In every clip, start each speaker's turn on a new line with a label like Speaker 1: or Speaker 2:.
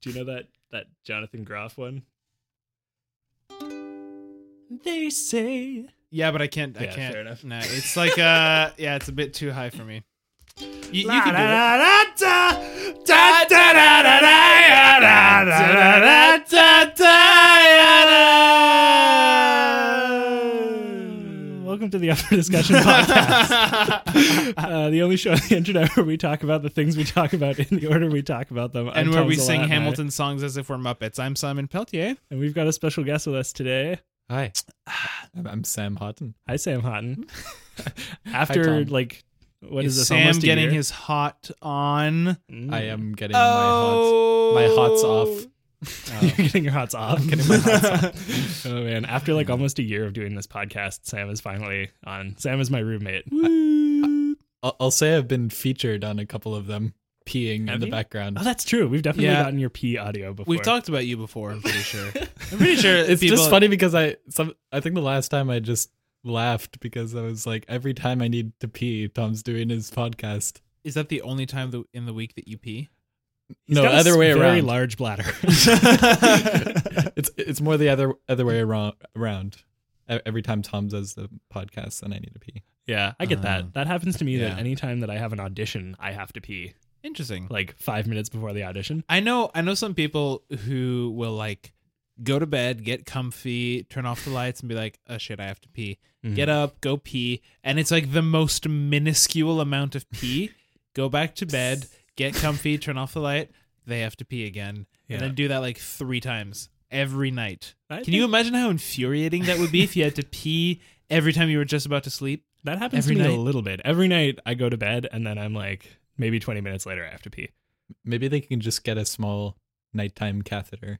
Speaker 1: Do you know that that Jonathan Groff one? They say
Speaker 2: Yeah, but I can't. I
Speaker 1: Yeah,
Speaker 2: can't.
Speaker 1: fair enough.
Speaker 2: No, it's like uh, yeah, it's a bit too high for me. You, you can do it.
Speaker 1: Welcome to the Upper Discussion Podcast, uh, the only show on the internet where we talk about the things we talk about in the order we talk about them, I'm
Speaker 2: and where
Speaker 1: Tom
Speaker 2: we sing
Speaker 1: Zalatni,
Speaker 2: Hamilton songs as if we're Muppets. I'm Simon Peltier.
Speaker 1: And we've got a special guest with us today.
Speaker 3: Hi, I'm, I'm Sam Houghton.
Speaker 1: Hi, Sam Houghton.
Speaker 3: Hi,
Speaker 1: After
Speaker 3: Tom.
Speaker 1: like, what is
Speaker 2: Is
Speaker 1: this?
Speaker 2: Sam
Speaker 1: almost a
Speaker 2: getting
Speaker 1: year?
Speaker 2: his hot on?
Speaker 1: Mm.
Speaker 3: I am getting
Speaker 2: Oh,
Speaker 3: my hots, my hots off.
Speaker 1: You're getting your hots off. oh man! After like almost a year of doing this podcast, Sam is finally on. Sam is my roommate. Oh,
Speaker 3: I'll, I'll say I've been featured on a couple of them peeing
Speaker 1: Have
Speaker 3: in the
Speaker 1: you?
Speaker 3: background.
Speaker 1: Oh, that's true. We've definitely
Speaker 2: Yeah.
Speaker 1: gotten your pee audio before.
Speaker 2: We've talked about you before. I'm pretty sure. I'm pretty sure
Speaker 3: It's
Speaker 2: people,
Speaker 3: just funny because I some I think the last time I just laughed because I was like every time I need to pee, Tom's doing his podcast.
Speaker 2: Is that the only time the, in the week that you pee?
Speaker 1: He's
Speaker 3: no,
Speaker 1: got a
Speaker 3: other way
Speaker 1: very
Speaker 3: around.
Speaker 1: large bladder.
Speaker 3: it's it's more the other other way around. Around E- every time Tom does the podcast, then I need to pee.
Speaker 1: yeah, I get
Speaker 2: Uh,
Speaker 1: that. That happens to me.
Speaker 2: yeah.
Speaker 1: That anytime that I have an audition, I have to pee
Speaker 2: Interesting.
Speaker 1: like five minutes before the audition.
Speaker 2: I know I know some people who will like go to bed, get comfy, turn off the lights and be like, "Oh shit, I have to pee."
Speaker 1: Mhm.
Speaker 2: Get up, go pee, and it's like the most minuscule amount of pee. go back to bed, get comfy, turn off the light, they have to pee again.
Speaker 1: Yeah.
Speaker 2: And then do that like 3 times every night.
Speaker 1: I
Speaker 2: Can
Speaker 1: think
Speaker 2: you imagine how infuriating that would be if you had to pee every time you were just about to sleep?
Speaker 1: That happens
Speaker 2: Every
Speaker 1: to me
Speaker 2: night?
Speaker 1: a little bit. Every night I go to bed and then I'm like maybe 20 minutes later I have to pee.
Speaker 3: Maybe they can just get a small nighttime catheter,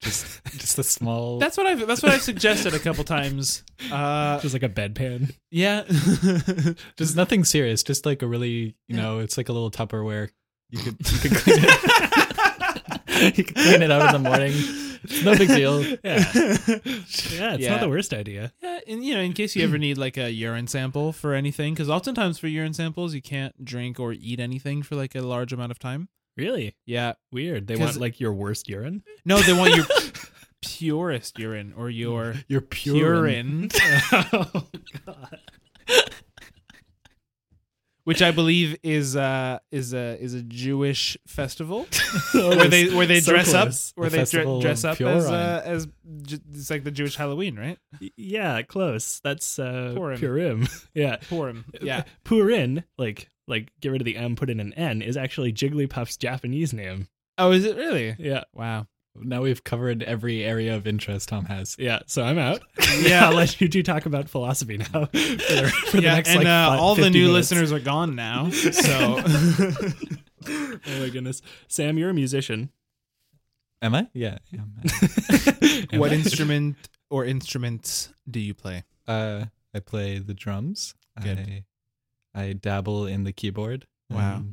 Speaker 3: just just a small.
Speaker 2: That's what I've that's what I've suggested a couple times. Uh,
Speaker 1: Just like a bedpan.
Speaker 2: yeah.
Speaker 3: just nothing serious. Just like a really, you know, it's like a little Tupperware. You could you could clean it. you could clean it out in the morning. It's no big deal.
Speaker 1: Yeah. yeah, it's
Speaker 2: Yeah.
Speaker 1: not the worst idea.
Speaker 2: Yeah, and you know, in case you ever need like a urine sample for anything, because oftentimes for urine samples you can't drink or eat anything for like a large amount of time.
Speaker 1: Really?
Speaker 2: Yeah,
Speaker 1: Weird. They
Speaker 2: 'Cause-
Speaker 1: want like your worst urine.
Speaker 2: no, they want your purest urine or your
Speaker 3: You're pure.
Speaker 2: urine,
Speaker 1: oh god.
Speaker 2: which I believe is uh is a is a Jewish festival where they where they
Speaker 1: Oh, So
Speaker 2: dress
Speaker 1: close.
Speaker 2: up where
Speaker 3: The
Speaker 2: they
Speaker 3: festival
Speaker 2: dre- dress
Speaker 3: of
Speaker 2: up
Speaker 3: pure
Speaker 2: as
Speaker 3: urine.
Speaker 2: uh, as j- it's like the Jewish Halloween, right?
Speaker 1: Yeah, close. That's uh
Speaker 2: Purim.
Speaker 1: Purim. Yeah.
Speaker 2: Purim. Yeah.
Speaker 1: Purin, like like get rid of the M, put in an N, is actually Jigglypuff's Japanese name.
Speaker 2: Oh, is it really?
Speaker 1: Yeah.
Speaker 2: Wow.
Speaker 3: Now we've covered every area of interest Tom has.
Speaker 1: Yeah. So I'm out.
Speaker 2: Yeah.
Speaker 1: I'll let you two talk about philosophy now for the, for the
Speaker 2: yeah,
Speaker 1: next
Speaker 2: and
Speaker 1: like
Speaker 2: uh,
Speaker 1: fi-
Speaker 2: all the
Speaker 1: 50
Speaker 2: new
Speaker 1: minutes.
Speaker 2: listeners are gone now, so.
Speaker 1: Oh my goodness. Sam, you're a musician.
Speaker 3: Am I? Yeah. yeah am I?
Speaker 2: what instrument or instruments do you play?
Speaker 3: Uh, I play the drums.
Speaker 2: Good.
Speaker 3: I, I dabble in the keyboard.
Speaker 2: Wow.
Speaker 3: and,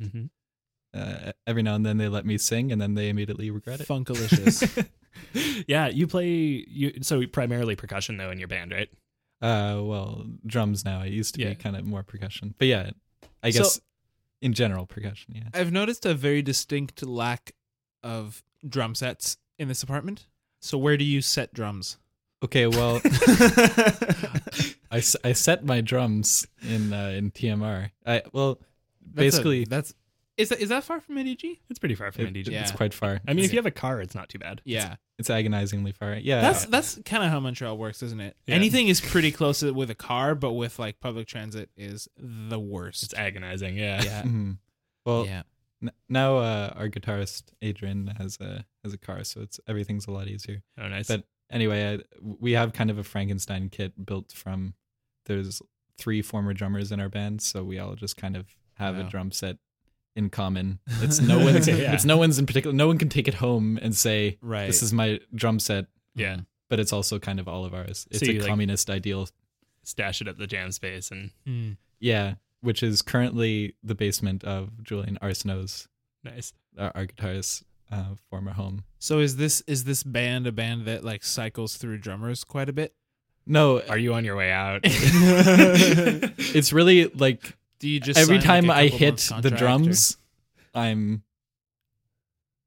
Speaker 1: Mm-hmm.
Speaker 3: uh, every now and then they let me sing, and then they immediately regret it.
Speaker 2: Funkalicious.
Speaker 1: Yeah, you play you so primarily percussion though in your band, right?
Speaker 3: Uh, well, drums now. It used to
Speaker 1: Yeah.
Speaker 3: be kind of more percussion, but yeah, I
Speaker 2: So-
Speaker 3: guess in general percussion. Yeah.
Speaker 2: I've noticed a very distinct lack of drum sets in this apartment. So where do you set drums?
Speaker 3: Okay. Well, I, s- I set my drums in uh, in TMR. I well,
Speaker 2: That's a-
Speaker 3: basically
Speaker 2: that's is that is that far from E ADG?
Speaker 1: It's pretty far from
Speaker 3: it-
Speaker 1: indie.
Speaker 2: yeah.
Speaker 3: it's quite far.
Speaker 1: I mean, if you have a car, it's not too bad.
Speaker 2: Yeah,
Speaker 3: it's agonizingly far. Yeah.
Speaker 2: that's that's kind of how Montreal works, isn't it?
Speaker 1: Yeah.
Speaker 2: Anything is pretty close to- with a car, but with like public transit is the worst.
Speaker 1: It's agonizing. Yeah.
Speaker 2: yeah,
Speaker 3: Mhm. Well,
Speaker 2: yeah.
Speaker 3: n- now uh, our guitarist Adrian has a has a car, so it's everything's a lot easier.
Speaker 1: Oh, nice.
Speaker 3: But anyway, I, we have kind of a Frankenstein kit built from there's three former drummers in our band, so we all just kind of have
Speaker 2: Wow.
Speaker 3: a drum set in common. It's no one's
Speaker 1: Yeah.
Speaker 3: it's no one's in particular. No one can take it home and say
Speaker 2: Right.
Speaker 3: this is my drum set,
Speaker 1: yeah.
Speaker 3: but it's also kind of all of ours. It's
Speaker 1: So
Speaker 3: a
Speaker 1: you, like-
Speaker 3: communist ideal.
Speaker 1: Stash it at the jam space and
Speaker 2: Mm.
Speaker 3: Yeah, which is currently the basement of Julian Arsenault's
Speaker 1: nice.
Speaker 3: our, our guitarist's uh, former home.
Speaker 2: So is this is this band a band that like cycles through drummers quite a bit?
Speaker 3: No,
Speaker 1: Are you on your way out?
Speaker 2: Do
Speaker 3: it's really like
Speaker 2: you just
Speaker 3: every
Speaker 2: sign, like,
Speaker 3: time
Speaker 2: a
Speaker 3: I
Speaker 2: couple months
Speaker 3: hit the
Speaker 2: contract, or-
Speaker 3: drums, I'm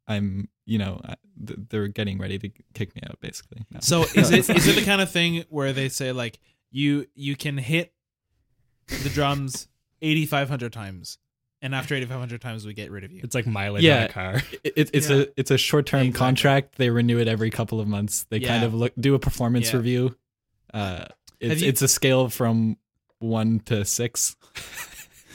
Speaker 3: I'm you know, I- th- they're getting ready to kick me out basically. No.
Speaker 2: So is it is it the kind of thing where they say like you you can hit the drums eighty five hundred times, and after eighty five hundred times we get rid of you?
Speaker 1: It's like mileage on
Speaker 3: Yeah.
Speaker 1: a car.
Speaker 3: It- it, it's
Speaker 2: Yeah.
Speaker 3: a it's a short term
Speaker 2: Exactly.
Speaker 3: contract. They renew it every couple of months. They kind
Speaker 2: Yeah.
Speaker 3: of look do a performance
Speaker 2: Yeah.
Speaker 3: review. Uh, it's
Speaker 2: you-
Speaker 3: it's a scale from one to six.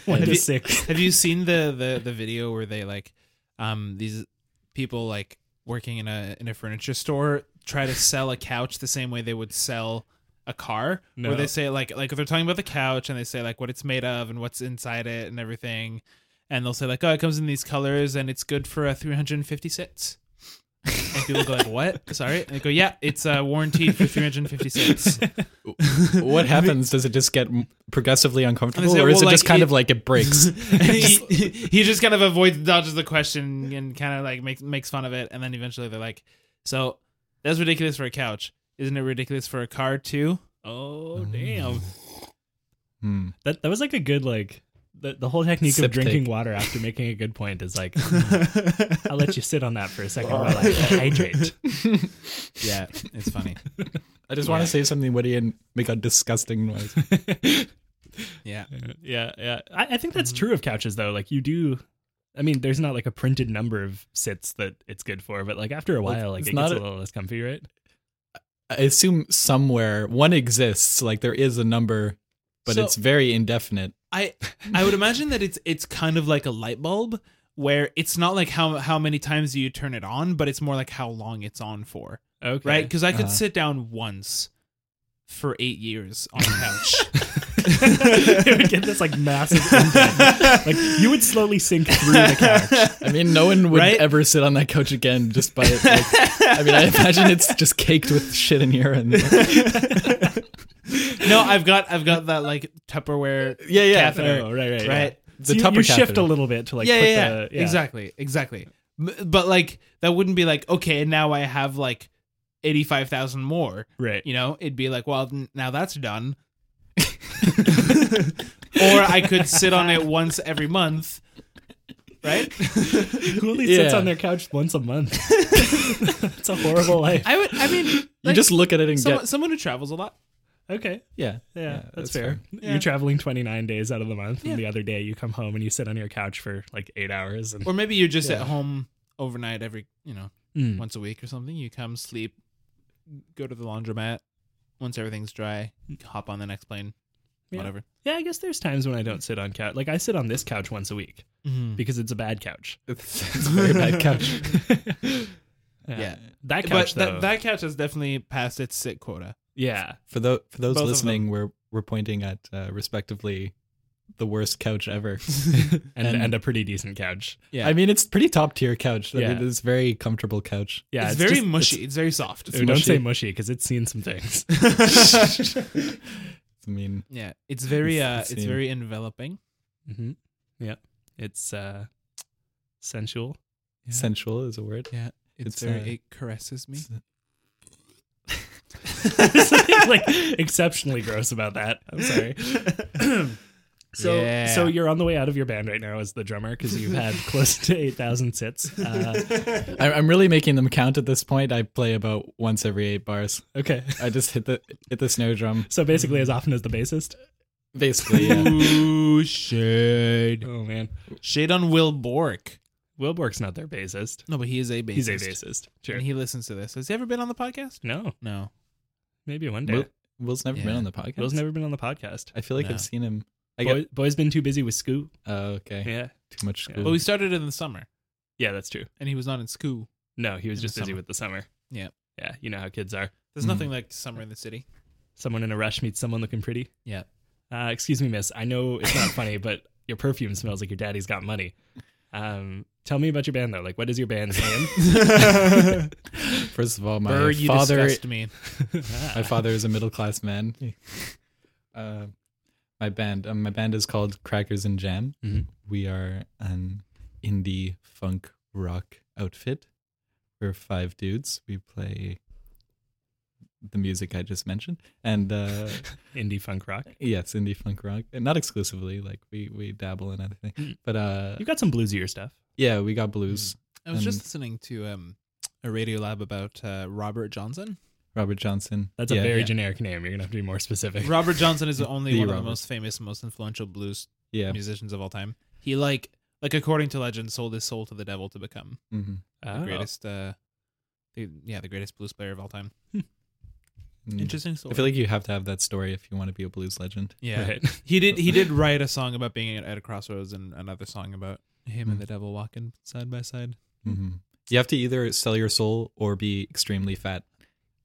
Speaker 1: One
Speaker 2: Have
Speaker 1: to
Speaker 2: you-
Speaker 1: six.
Speaker 2: Have you seen the the the video where they like um these people like working in a in a furniture store try to sell a couch the same way they would sell a car
Speaker 1: No.
Speaker 2: where they say like like if they're talking about the couch and they say like what it's made of and what's inside it and everything and they'll say like oh it comes in these colors and it's good for a 350 sits and people go like what sorry and they go yeah it's uh, warranted for 350 sits
Speaker 3: What happens? Does it just get m- progressively uncomfortable,
Speaker 2: say,
Speaker 3: or is
Speaker 2: well,
Speaker 3: it just
Speaker 2: like,
Speaker 3: kind
Speaker 2: it-
Speaker 3: of like it breaks?
Speaker 2: he, he just kind of avoids dodges the question and kind of like makes makes fun of it and then eventually they're like so that's ridiculous for a couch isn't it ridiculous for a car too oh damn
Speaker 3: Hmm.
Speaker 1: That that was like a good like the, the whole technique
Speaker 3: Sip
Speaker 1: of drinking
Speaker 3: take.
Speaker 1: water after making a good point is like "Hmm, I'll let you sit on that for a second while I hydrate.
Speaker 2: yeah it's funny
Speaker 3: I just want to say something witty and make a disgusting noise.
Speaker 2: yeah
Speaker 1: yeah, yeah. I, I think that's
Speaker 3: Mm-hmm.
Speaker 1: true of couches though. Like you do I mean, there's not like a printed number of sits that it's good for, but like after a
Speaker 3: Well,
Speaker 1: while, like
Speaker 3: it's
Speaker 1: it
Speaker 3: not
Speaker 1: gets a
Speaker 3: a-
Speaker 1: little less comfy, right?
Speaker 3: I assume somewhere one exists. Like there is a number, but
Speaker 2: So-
Speaker 3: it's very indefinite.
Speaker 2: i i would imagine that it's it's kind of like a light bulb where it's not like how how many times you turn it on but it's more like how long it's on for
Speaker 1: Okay.
Speaker 2: right because i could
Speaker 3: Uh-huh.
Speaker 2: sit down once for eight years on a couch
Speaker 1: it would get this like massive indent. like you would slowly sink through the couch.
Speaker 3: I mean, no one would
Speaker 2: Right?
Speaker 3: ever sit on that couch again just by it. Like, I mean, I imagine it's just caked with shit and urine.
Speaker 2: no, I've got I've got that like Tupperware.
Speaker 3: Yeah, yeah.
Speaker 2: Catheter,
Speaker 1: Oh, right, right,
Speaker 2: right?
Speaker 1: Yeah.
Speaker 3: The
Speaker 1: So you,
Speaker 3: Tupper
Speaker 1: you shift
Speaker 3: catheter.
Speaker 1: a little bit to like
Speaker 2: yeah,
Speaker 1: put
Speaker 2: yeah,
Speaker 1: the
Speaker 2: yeah, exactly, exactly. M- But like that wouldn't be like okay, and now I have like eighty five thousand more.
Speaker 1: Right.
Speaker 2: You know, it'd be like well n- now that's done. or I could sit on it once every month, right?
Speaker 1: Who only sits
Speaker 3: Yeah.
Speaker 1: on their couch once a month? it's a horrible life.
Speaker 2: I would. I mean,
Speaker 3: you
Speaker 2: like,
Speaker 3: just look at it and
Speaker 2: someone,
Speaker 3: get
Speaker 2: someone who travels a lot.
Speaker 1: Okay.
Speaker 3: yeah,
Speaker 1: Yeah, that's,
Speaker 3: that's
Speaker 1: fair.
Speaker 2: Yeah.
Speaker 1: You're traveling 29 days out of the month,
Speaker 2: Yeah.
Speaker 1: and the other day you come home and you sit on your couch for like eight hours. And
Speaker 2: Or maybe you're just
Speaker 3: Yeah.
Speaker 2: at home overnight every, you know,
Speaker 1: Mm.
Speaker 2: once a week or something. You come, sleep, go to the laundromat. Once everything's dry, you can hop on the next plane,
Speaker 1: Yeah.
Speaker 2: whatever.
Speaker 1: yeah, I guess there's times when I don't sit on couch. Like I sit on this couch once a week
Speaker 2: Mm-hmm.
Speaker 1: because it's a bad couch.
Speaker 3: it's, it's a very bad couch.
Speaker 2: Yeah.
Speaker 1: that
Speaker 2: But
Speaker 1: couch though.
Speaker 2: that, that couch has definitely passed its sit quota.
Speaker 1: yeah,
Speaker 3: For those for those
Speaker 2: Both of
Speaker 3: listening, we're we're pointing at uh, respectively the worst couch ever.
Speaker 1: and,
Speaker 3: And-
Speaker 1: and a pretty decent couch.
Speaker 2: Yeah.
Speaker 3: I mean, it's pretty top tier couch. I mean,
Speaker 1: Yeah.
Speaker 3: it's a very comfortable couch.
Speaker 1: Yeah,
Speaker 2: it's, very
Speaker 1: just-
Speaker 2: mushy. It's, very soft.
Speaker 1: Ooh, don't
Speaker 3: mushy.
Speaker 1: say mushy because it's seen some things.
Speaker 3: I mean,
Speaker 2: yeah, it's very
Speaker 3: It's-
Speaker 2: uh,
Speaker 3: it's
Speaker 2: it's
Speaker 3: seen.
Speaker 2: very enveloping.
Speaker 1: hmm Yeah, it's uh, sensual. Yeah.
Speaker 3: sensual is a word.
Speaker 2: Yeah, it's,
Speaker 3: It's,
Speaker 2: very
Speaker 3: uh,
Speaker 2: it caresses me.
Speaker 1: like exceptionally gross about that. I'm sorry. so
Speaker 2: Yeah.
Speaker 1: so you're on the way out of your band right now as the drummer because you've had close to eight thousand sits. Uh,
Speaker 3: I- I'm really making them count at this point. I play about once every eight bars.
Speaker 1: okay.
Speaker 3: I just hit the hit the snare drum.
Speaker 1: So basically, as often as the bassist.
Speaker 3: Basically, yeah.
Speaker 2: Ooh, shade,
Speaker 1: Oh man,
Speaker 2: shade on Will Bork.
Speaker 1: Wilbork's not their bassist.
Speaker 2: No, but he is a bassist.
Speaker 1: He's a bassist. Sure.
Speaker 2: and he listens to this. Has he ever been on the podcast?
Speaker 1: no,
Speaker 2: No.
Speaker 1: maybe one day.
Speaker 3: Will, Will's never
Speaker 2: Yeah.
Speaker 3: been on the podcast.
Speaker 1: Will's never been on the podcast.
Speaker 3: I feel like
Speaker 2: No.
Speaker 3: I've seen him. I
Speaker 1: Boy, Boy's been too busy with Scoot.
Speaker 3: Oh, okay.
Speaker 1: Yeah.
Speaker 3: Too much
Speaker 1: Yeah.
Speaker 3: school.
Speaker 2: But we started in the summer,
Speaker 1: Yeah, that's true.
Speaker 2: and he was not in school.
Speaker 1: No, he was
Speaker 2: In
Speaker 1: just
Speaker 2: the
Speaker 1: busy
Speaker 2: summer.
Speaker 1: with the summer.
Speaker 2: Yeah.
Speaker 1: Yeah, you know how kids are.
Speaker 2: There's
Speaker 3: Mhm.
Speaker 2: nothing like summer in the city.
Speaker 1: Someone in a rush meets someone looking pretty.
Speaker 2: Yeah.
Speaker 1: Uh, excuse me, miss. I know it's not funny, but your perfume smells like your daddy's got money. Um, tell me about your band though. Like, what is your band's name?
Speaker 3: First of all, my
Speaker 2: Burr, you
Speaker 3: father,
Speaker 2: disgust me. Ah.
Speaker 3: my father is a middle class man. uh, my band, um, my band is called Crackers and Jam.
Speaker 1: Mhm.
Speaker 3: We are an indie funk rock outfit. We're five dudes. We play the music I just mentioned, and uh,
Speaker 1: Indie funk rock.
Speaker 3: yes, indie funk rock, and not exclusively. Like we we dabble
Speaker 1: Mm.
Speaker 3: in other things, but uh,
Speaker 1: You got some bluesier stuff. Mm.
Speaker 3: yeah, we got blues.
Speaker 2: I was just
Speaker 3: And-
Speaker 2: listening to um a radio lab about uh, Robert Johnson.
Speaker 3: Robert Johnson.
Speaker 1: That's
Speaker 3: Yeah.
Speaker 1: a very
Speaker 2: yeah.
Speaker 1: generic name. You're gonna have to be more specific.
Speaker 2: Robert Johnson is only
Speaker 3: The
Speaker 2: one of
Speaker 3: Robert.
Speaker 2: the most famous, most influential blues
Speaker 3: yeah.
Speaker 2: musicians of all time. He like like according to legend sold his soul to the devil to become
Speaker 3: hmm
Speaker 1: Oh.
Speaker 2: the greatest uh the, yeah, the greatest blues player of all time. Interesting story.
Speaker 3: Mm. I feel like you have to have that story if you want to be a blues legend.
Speaker 2: yeah.
Speaker 1: Right.
Speaker 2: He did he did write a song about being at, at a crossroads and another song about him
Speaker 3: Mm.
Speaker 2: and the devil walking side by side.
Speaker 3: hmm You have to either sell your soul or be extremely fat.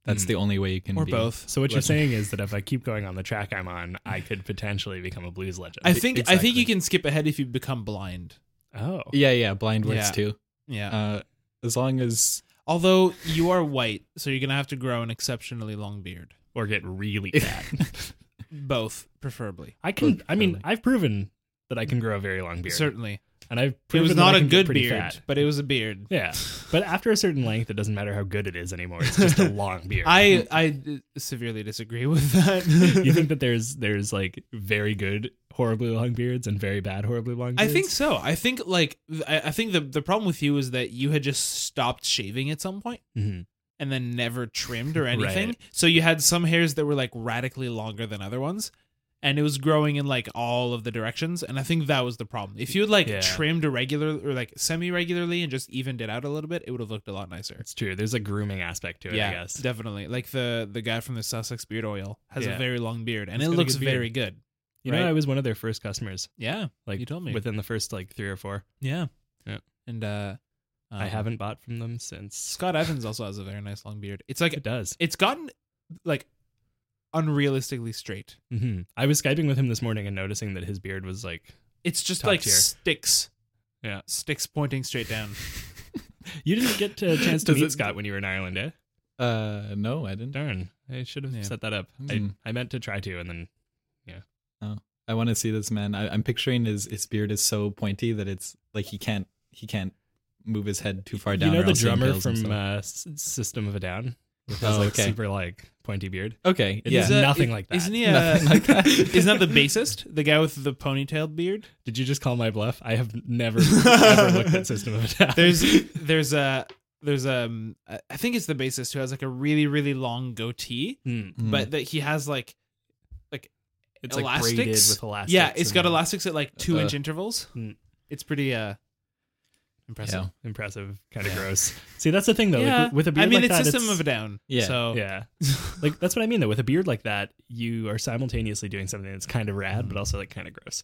Speaker 3: That's
Speaker 1: Mm.
Speaker 3: the only way you can
Speaker 2: Or
Speaker 3: be.
Speaker 2: both.
Speaker 1: So what you're saying is that if I keep going on the track I'm on, I could potentially become a blues legend.
Speaker 2: I think I think
Speaker 3: Exactly.
Speaker 2: you can skip ahead if you become blind.
Speaker 1: oh,
Speaker 3: Yeah, yeah. Blind works
Speaker 2: Yeah.
Speaker 3: too.
Speaker 2: Yeah.
Speaker 3: Uh, as long as
Speaker 2: Although you are white, so you're gonna have to grow an exceptionally long beard.
Speaker 1: or get really fat.
Speaker 2: Both, preferably.
Speaker 1: I can. I mean,
Speaker 3: Totally.
Speaker 1: I've proven that I can grow a very long beard,
Speaker 2: Certainly.
Speaker 1: and I've
Speaker 2: It
Speaker 1: proven
Speaker 2: was
Speaker 1: that I
Speaker 2: not a
Speaker 1: can get
Speaker 2: good
Speaker 1: pretty
Speaker 2: beard,
Speaker 1: fat.
Speaker 2: but it was a beard.
Speaker 1: Yeah, but after a certain length, it doesn't matter how good it is anymore. It's just a long beard.
Speaker 2: I I severely disagree with
Speaker 1: you
Speaker 2: that.
Speaker 1: think that there's there's like very good horribly long beards and very bad horribly long
Speaker 2: I
Speaker 1: beards?
Speaker 2: think so. I think like I, I think the the problem with you is that you had just stopped shaving at some point
Speaker 1: Mhm.
Speaker 2: and then never trimmed or anything.
Speaker 1: Right.
Speaker 2: So you had some hairs that were like radically longer than other ones. And it was growing in like all of the directions. And I think that was the problem. If you had like
Speaker 1: Yeah.
Speaker 2: trimmed irregular or like semi regularly and just evened it out a little bit, it would have looked a lot nicer.
Speaker 1: it's true. There's a grooming aspect to it. I guess.
Speaker 2: definitely. Like the the guy from the Sussex Beard Oil has
Speaker 1: Yeah.
Speaker 2: a very long beard and
Speaker 1: He's
Speaker 2: it
Speaker 1: got a
Speaker 2: looks
Speaker 1: good beard.
Speaker 2: very good.
Speaker 1: you
Speaker 2: right.
Speaker 1: know, I was one of their first customers.
Speaker 2: Yeah.
Speaker 1: Like
Speaker 2: You told me.
Speaker 1: within the first like three or four.
Speaker 2: Yeah.
Speaker 1: Yeah.
Speaker 2: And uh
Speaker 1: I
Speaker 2: um,
Speaker 1: haven't bought from them since.
Speaker 2: Scott Evans also has a very nice long beard. It's like
Speaker 1: It does.
Speaker 2: it's gotten like unrealistically straight.
Speaker 1: hmm I was skyping with him this morning and noticing that his beard was like.
Speaker 2: It's just
Speaker 1: Top
Speaker 2: like
Speaker 1: tier.
Speaker 2: sticks.
Speaker 1: Yeah.
Speaker 2: Sticks pointing straight down.
Speaker 1: You didn't get a chance to
Speaker 3: Does
Speaker 1: meet
Speaker 3: it-
Speaker 1: Scott when you were in Ireland, eh?
Speaker 3: uh, no, I didn't.
Speaker 1: Darn, I should have
Speaker 2: Yeah. Hmm.
Speaker 1: set that up.
Speaker 3: Mm.
Speaker 1: I I meant to try to, and then
Speaker 3: I want to see this man. I, I'm picturing his his beard is so pointy that it's like he can't he can't move his head too far down.
Speaker 1: you know
Speaker 3: or
Speaker 1: the
Speaker 3: else he
Speaker 1: drummer
Speaker 3: impales
Speaker 1: from
Speaker 3: himself.
Speaker 1: uh, S- System of a Down with his
Speaker 3: Oh,
Speaker 1: like
Speaker 3: okay.
Speaker 1: super like pointy beard.
Speaker 3: okay,
Speaker 1: It
Speaker 3: yeah,
Speaker 1: is
Speaker 2: Is that-
Speaker 1: nothing
Speaker 2: i-
Speaker 1: like that.
Speaker 2: Isn't he uh, a,
Speaker 3: Nothing like that.
Speaker 2: isn't that the bassist? The guy with the ponytailed beard?
Speaker 1: Did you just call my bluff? I have never ever looked at System of a Down.
Speaker 2: There's there's a there's um I I think it's the bassist who has like a really, really long goatee,
Speaker 1: Mm.
Speaker 3: Mm.
Speaker 2: but that he has like
Speaker 1: it's
Speaker 2: Elastics?
Speaker 1: like braided with elastics.
Speaker 2: yeah, it's got
Speaker 1: and
Speaker 2: elastics at like two
Speaker 3: Uh,
Speaker 2: inch intervals.
Speaker 1: Mm.
Speaker 2: It's pretty uh impressive.
Speaker 3: yeah,
Speaker 1: Impressive, kind of gross. See, that's the thing though.
Speaker 2: Yeah.
Speaker 1: Like, with a beard
Speaker 2: I mean,
Speaker 1: like
Speaker 2: it's
Speaker 1: that,
Speaker 2: System
Speaker 1: it's-
Speaker 2: of a Down.
Speaker 3: Yeah.
Speaker 2: So
Speaker 1: Yeah. Like that's what I mean though. With a beard like that, you are simultaneously doing something that's kind of rad
Speaker 2: Hmm.
Speaker 1: but also like kind of gross.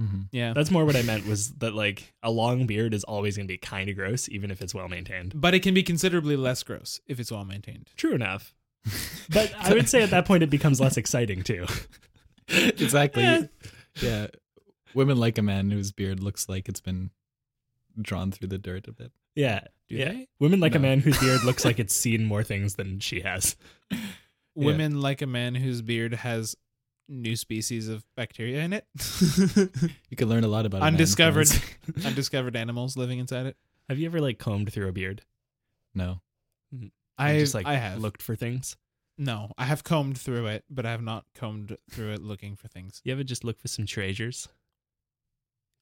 Speaker 3: Mhm.
Speaker 2: yeah.
Speaker 1: That's more what I meant was that like a long beard is always going to be kind of gross even if it's well maintained.
Speaker 2: but it can be considerably less gross if it's well maintained.
Speaker 1: True enough. But I would say at that point it becomes less exciting too.
Speaker 3: exactly.
Speaker 2: Yeah.
Speaker 3: yeah. women like a man whose beard looks like it's been drawn through the dirt a bit.
Speaker 1: Yeah.
Speaker 2: Do
Speaker 1: yeah.
Speaker 2: they?
Speaker 1: Women like a
Speaker 3: No.
Speaker 1: man whose beard looks like it's seen more things than she has.
Speaker 2: Women like a man whose beard has new species of bacteria in it.
Speaker 3: You could learn a lot about a man from
Speaker 2: undiscovered
Speaker 3: his-
Speaker 2: undiscovered animals living inside it.
Speaker 1: Have you ever like combed through a beard?
Speaker 3: No,
Speaker 1: and
Speaker 2: I
Speaker 1: just like
Speaker 2: I have
Speaker 1: looked for things.
Speaker 2: no, I have combed through it, but I have not combed through it looking for things.
Speaker 1: You ever just look for some treasures?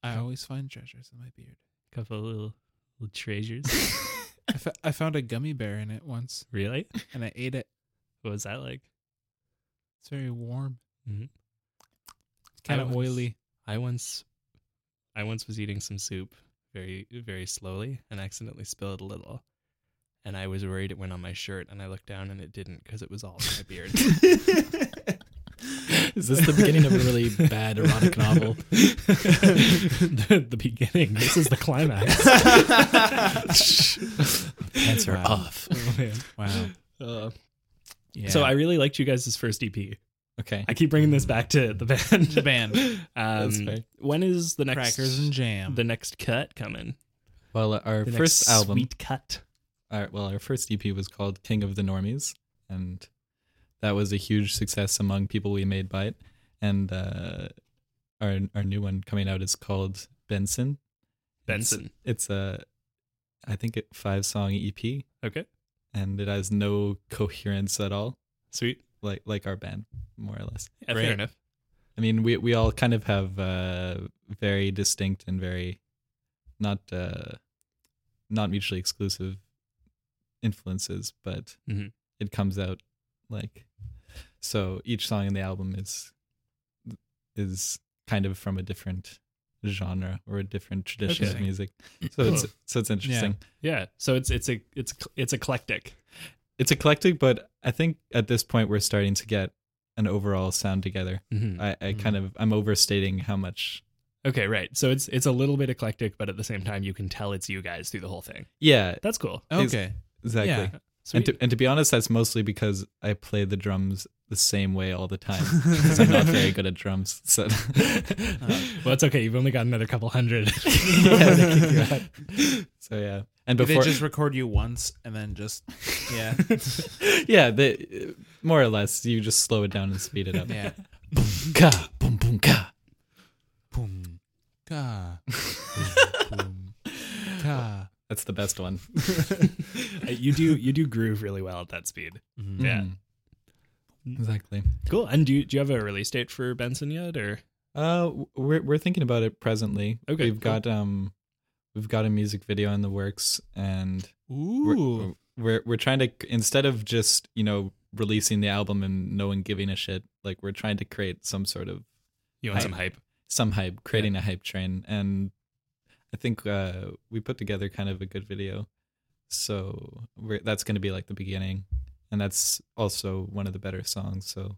Speaker 2: I always find treasures in my beard.
Speaker 1: couple little little treasures.
Speaker 2: I fo- I found a gummy bear in it once,
Speaker 1: really?
Speaker 2: and I ate it.
Speaker 1: What was that like?
Speaker 2: It's very warm.
Speaker 1: Mhm.
Speaker 2: It's kind
Speaker 1: I
Speaker 2: of
Speaker 1: was-
Speaker 2: oily.
Speaker 1: I once I once was eating some soup very very slowly and accidentally spilled a little. And I was worried it went on my shirt and I looked down and it didn't because it was all in my beard.
Speaker 3: is this the beginning of a really bad erotic novel?
Speaker 1: the, the beginning. This is the climax.
Speaker 3: Pants are
Speaker 2: Wow.
Speaker 3: off.
Speaker 1: Oh, man.
Speaker 2: Wow.
Speaker 1: Uh,
Speaker 2: Yeah.
Speaker 1: So I really liked you guys' first EP.
Speaker 3: Okay,
Speaker 1: I keep bringing this back to the band.
Speaker 2: the band
Speaker 3: That's
Speaker 1: Um,
Speaker 3: fair.
Speaker 1: when is the next
Speaker 2: Crackers and Jam.
Speaker 1: the next cut coming?
Speaker 3: Well, uh, our
Speaker 1: The
Speaker 3: first
Speaker 1: next
Speaker 3: album,
Speaker 1: sweet cut.
Speaker 3: our, well, our first EP was called King of the Normies, and that was a huge success among people we made by it. And uh, our our new one coming out is called Benson.
Speaker 1: Benson.
Speaker 3: It's a, I think, a five song EP,
Speaker 1: Okay,
Speaker 3: and it has no coherence at all,
Speaker 1: sweet.
Speaker 3: like like our band, more or less.
Speaker 1: Yeah,
Speaker 2: Great.
Speaker 1: fair enough.
Speaker 3: I mean, we we all kind of have uh, very distinct and very not uh, not mutually exclusive influences, but
Speaker 1: Mhm.
Speaker 3: it comes out like so each song in the album is is kind of from a different genre or a different tradition of
Speaker 2: Okay.
Speaker 3: music. So it's so it's interesting.
Speaker 1: Yeah. So it's it's a it's it's eclectic.
Speaker 3: It's eclectic, but I think at this point we're starting to get an overall sound together.
Speaker 1: Mm-hmm.
Speaker 3: I, I kind of I'm overstating how much
Speaker 1: Okay, right. So it's it's a little bit eclectic, but at the same time, you can tell it's you guys through the whole thing.
Speaker 3: Yeah,
Speaker 1: That's cool.
Speaker 3: Is-
Speaker 2: Okay.
Speaker 3: exactly.
Speaker 2: Yeah.
Speaker 1: Sweet.
Speaker 3: And to, and to be honest, that's mostly because I play the drums the same way all the time. 'cause I'm not very good at drums. So
Speaker 1: well, it's okay. You've only got another couple hundred. Oh,
Speaker 3: yeah, they kick you out. So yeah, and
Speaker 2: Did
Speaker 3: before
Speaker 2: they just record you once and then just yeah
Speaker 3: yeah, they, more or less you just slow it down and speed it up.
Speaker 2: yeah
Speaker 3: Boom, ka, boom, boom, ka.
Speaker 2: boom ka boom ka.
Speaker 3: That's the best one.
Speaker 1: you do you do groove really well at that speed. Yeah.
Speaker 3: Mm. exactly.
Speaker 1: Cool. And do you, do you have a release date for Benson yet, or
Speaker 3: Uh, w- we're we're thinking about it presently.
Speaker 1: Okay,
Speaker 3: we've
Speaker 1: cool.
Speaker 3: got um, we've got a music video in the works, and we're-
Speaker 2: Ooh.
Speaker 3: we're we're trying to instead of just you know releasing the album and no one giving a shit like we're trying to create some sort of
Speaker 1: you want
Speaker 3: I-
Speaker 1: some hype?
Speaker 3: some hype creating a hype train and i think uh we put together kind of a good video so we're, that's going to be like the beginning and that's also one of the better songs so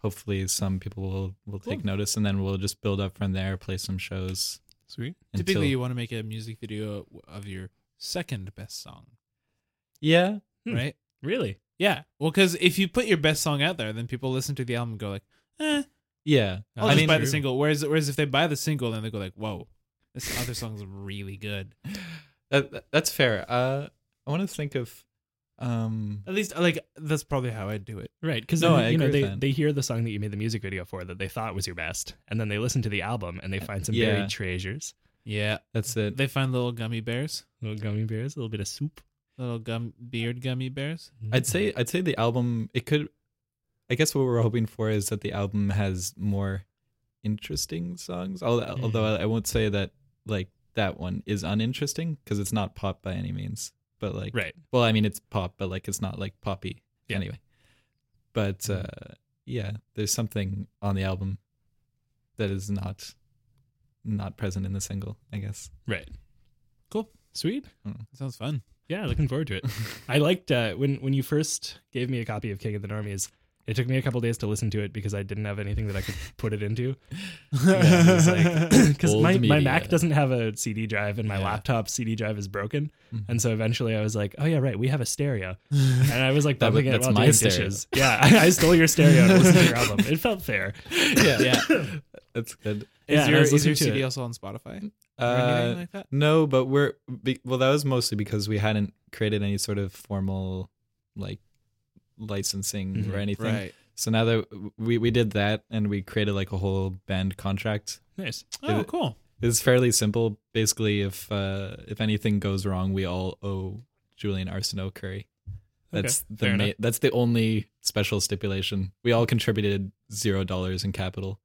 Speaker 3: hopefully some people will will take
Speaker 2: Cool.
Speaker 3: notice and then we'll just build up from there play some shows
Speaker 1: Sweet.
Speaker 3: until-
Speaker 2: Typically, you want to make a music video of your second best song,
Speaker 3: yeah
Speaker 1: Hmm.
Speaker 2: right?
Speaker 1: Really?
Speaker 2: Yeah. Well, because if you put your best song out there, then people listen to the album and go like, eh,
Speaker 3: yeah
Speaker 2: I'll
Speaker 1: I
Speaker 2: just
Speaker 1: mean-
Speaker 2: buy the single. Whereas, whereas if they buy the single, then they go like, whoa, this other song's really good.
Speaker 3: that, that- that's fair uh i want to think of um
Speaker 2: At least, like, that's probably how I'd do it.
Speaker 1: Right, because
Speaker 3: No, I
Speaker 1: you know
Speaker 3: agree
Speaker 1: they,
Speaker 3: with that.
Speaker 1: they hear the song that you made the music video for that they thought was your best, and then they listen to the album and they find some
Speaker 3: Yeah.
Speaker 1: buried treasures,
Speaker 2: Yeah.
Speaker 3: that's it
Speaker 2: They find little gummy bears,
Speaker 1: little gummy bears, a little bit of soup.
Speaker 2: little gum beard gummy bears.
Speaker 3: I'd say I'd say the album it could I guess what we're hoping for is that the album has more interesting songs. Although,
Speaker 1: Mm.
Speaker 3: although I won't say that like that one is uninteresting because it's not pop by any means. But like
Speaker 1: Mm-hmm. right.
Speaker 3: well, I mean it's pop, but like it's not like poppy
Speaker 1: Yeah. Hmm.
Speaker 3: anyway. But uh yeah, there's something on the album that is not not present in the single, I guess.
Speaker 1: Right.
Speaker 2: Cool.
Speaker 1: Sweet.
Speaker 2: That sounds fun.
Speaker 1: Yeah, looking forward to it. I liked uh, when when you first gave me a copy of King of the Normies. It took me a couple days to listen to it because I didn't have anything that I could put it into. Because
Speaker 3: Old
Speaker 1: my, my
Speaker 3: media.
Speaker 1: Mac doesn't have a CD drive and my
Speaker 2: Yeah.
Speaker 1: laptop CD drive is broken.
Speaker 3: Mhm.
Speaker 1: And so eventually I was like, oh, yeah, right, we have a stereo. And I was like,
Speaker 3: That-
Speaker 1: bubbling it
Speaker 3: that's
Speaker 1: while
Speaker 3: my
Speaker 1: doing
Speaker 3: stereo.
Speaker 1: dishes. Yeah, I, I stole your stereo and listened to your album. It felt fair.
Speaker 3: yeah.
Speaker 2: yeah.
Speaker 3: That's good.
Speaker 1: yeah, and
Speaker 2: Is
Speaker 1: I
Speaker 2: your,
Speaker 1: was
Speaker 2: is your
Speaker 1: listening to
Speaker 2: CD
Speaker 1: it.
Speaker 2: also on Spotify? or
Speaker 3: Uh,
Speaker 2: anything like that?
Speaker 3: No, but we're be, well. That was mostly because we hadn't created any sort of formal like licensing
Speaker 1: Mhm.
Speaker 3: or anything.
Speaker 2: Mm-hmm. Right.
Speaker 3: So now that w- we we did that and we created like a whole band contract.
Speaker 1: Nice.
Speaker 2: Oh, cool.
Speaker 3: It's fairly simple. Basically, if uh, if anything goes wrong, we all owe Julian Arsenault Curry. That's
Speaker 1: fair
Speaker 3: the ma-
Speaker 1: enough.
Speaker 3: that's the only special stipulation. We all contributed zero dollars in capital,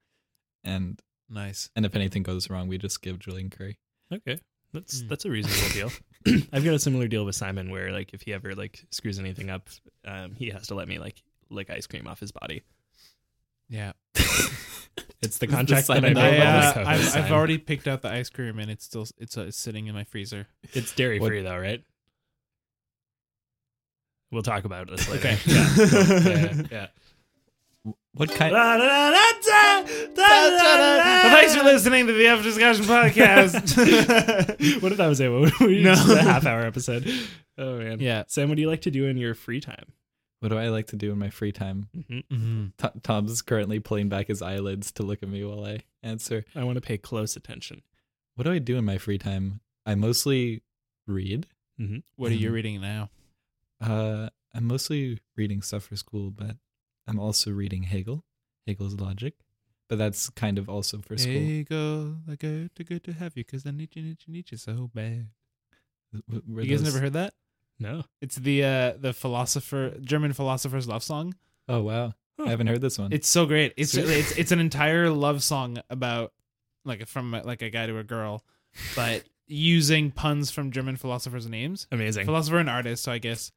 Speaker 3: and
Speaker 2: Nice.
Speaker 3: and if anything goes wrong, we just give Julian Curry.
Speaker 1: Okay. That's
Speaker 2: Mm.
Speaker 1: that's a reasonable deal. I've got a similar deal with Simon where like if he ever like screws anything up, um, he has to let me like lick ice cream off his body.
Speaker 2: Yeah.
Speaker 1: It's the contract that I
Speaker 3: Simon
Speaker 1: made with
Speaker 2: I,
Speaker 3: Bob
Speaker 1: my
Speaker 2: uh,
Speaker 3: Wilson.
Speaker 1: co-host,
Speaker 2: I've, I've
Speaker 1: Simon.
Speaker 2: already picked out the ice cream and it's still it's, uh, it's sitting in my freezer.
Speaker 1: It's dairy free though, right? We'll talk about this later.
Speaker 2: Okay.
Speaker 1: Yeah. cool. yeah. yeah.
Speaker 3: What kind?
Speaker 2: Well, thanks for listening to the After Discussion podcast.
Speaker 1: what did I say? What were you
Speaker 2: No.
Speaker 1: just a half hour episode? Oh man.
Speaker 2: yeah.
Speaker 1: Sam, what do you like to do in your free time?
Speaker 3: What do I like to do in my free time?
Speaker 1: Mhm.
Speaker 2: Mm-hmm.
Speaker 3: T- Tom's currently pulling back his eyelids to look at me while I answer.
Speaker 1: I want to pay close attention.
Speaker 3: What do I do in my free time? I mostly read.
Speaker 2: What are you reading now?
Speaker 3: Uh, I'm mostly reading stuff for school, but I'm also reading Hegel, Hegel's Logic. But that's kind of also for school.
Speaker 2: Hey, girl, I go to good to have you because I need you, need you, need you so bad.
Speaker 3: W- were
Speaker 2: you guys
Speaker 3: those-
Speaker 2: never heard that?
Speaker 1: No.
Speaker 2: It's the uh, the philosopher German philosopher's love song.
Speaker 3: Oh wow,
Speaker 1: Huh.
Speaker 3: I haven't heard this one.
Speaker 2: It's so great. It's
Speaker 1: Sweet.
Speaker 2: it's it's an entire love song about like from like a guy to a girl, but using puns from German philosophers' names.
Speaker 1: Amazing.
Speaker 2: Philosopher and artist, so I guess,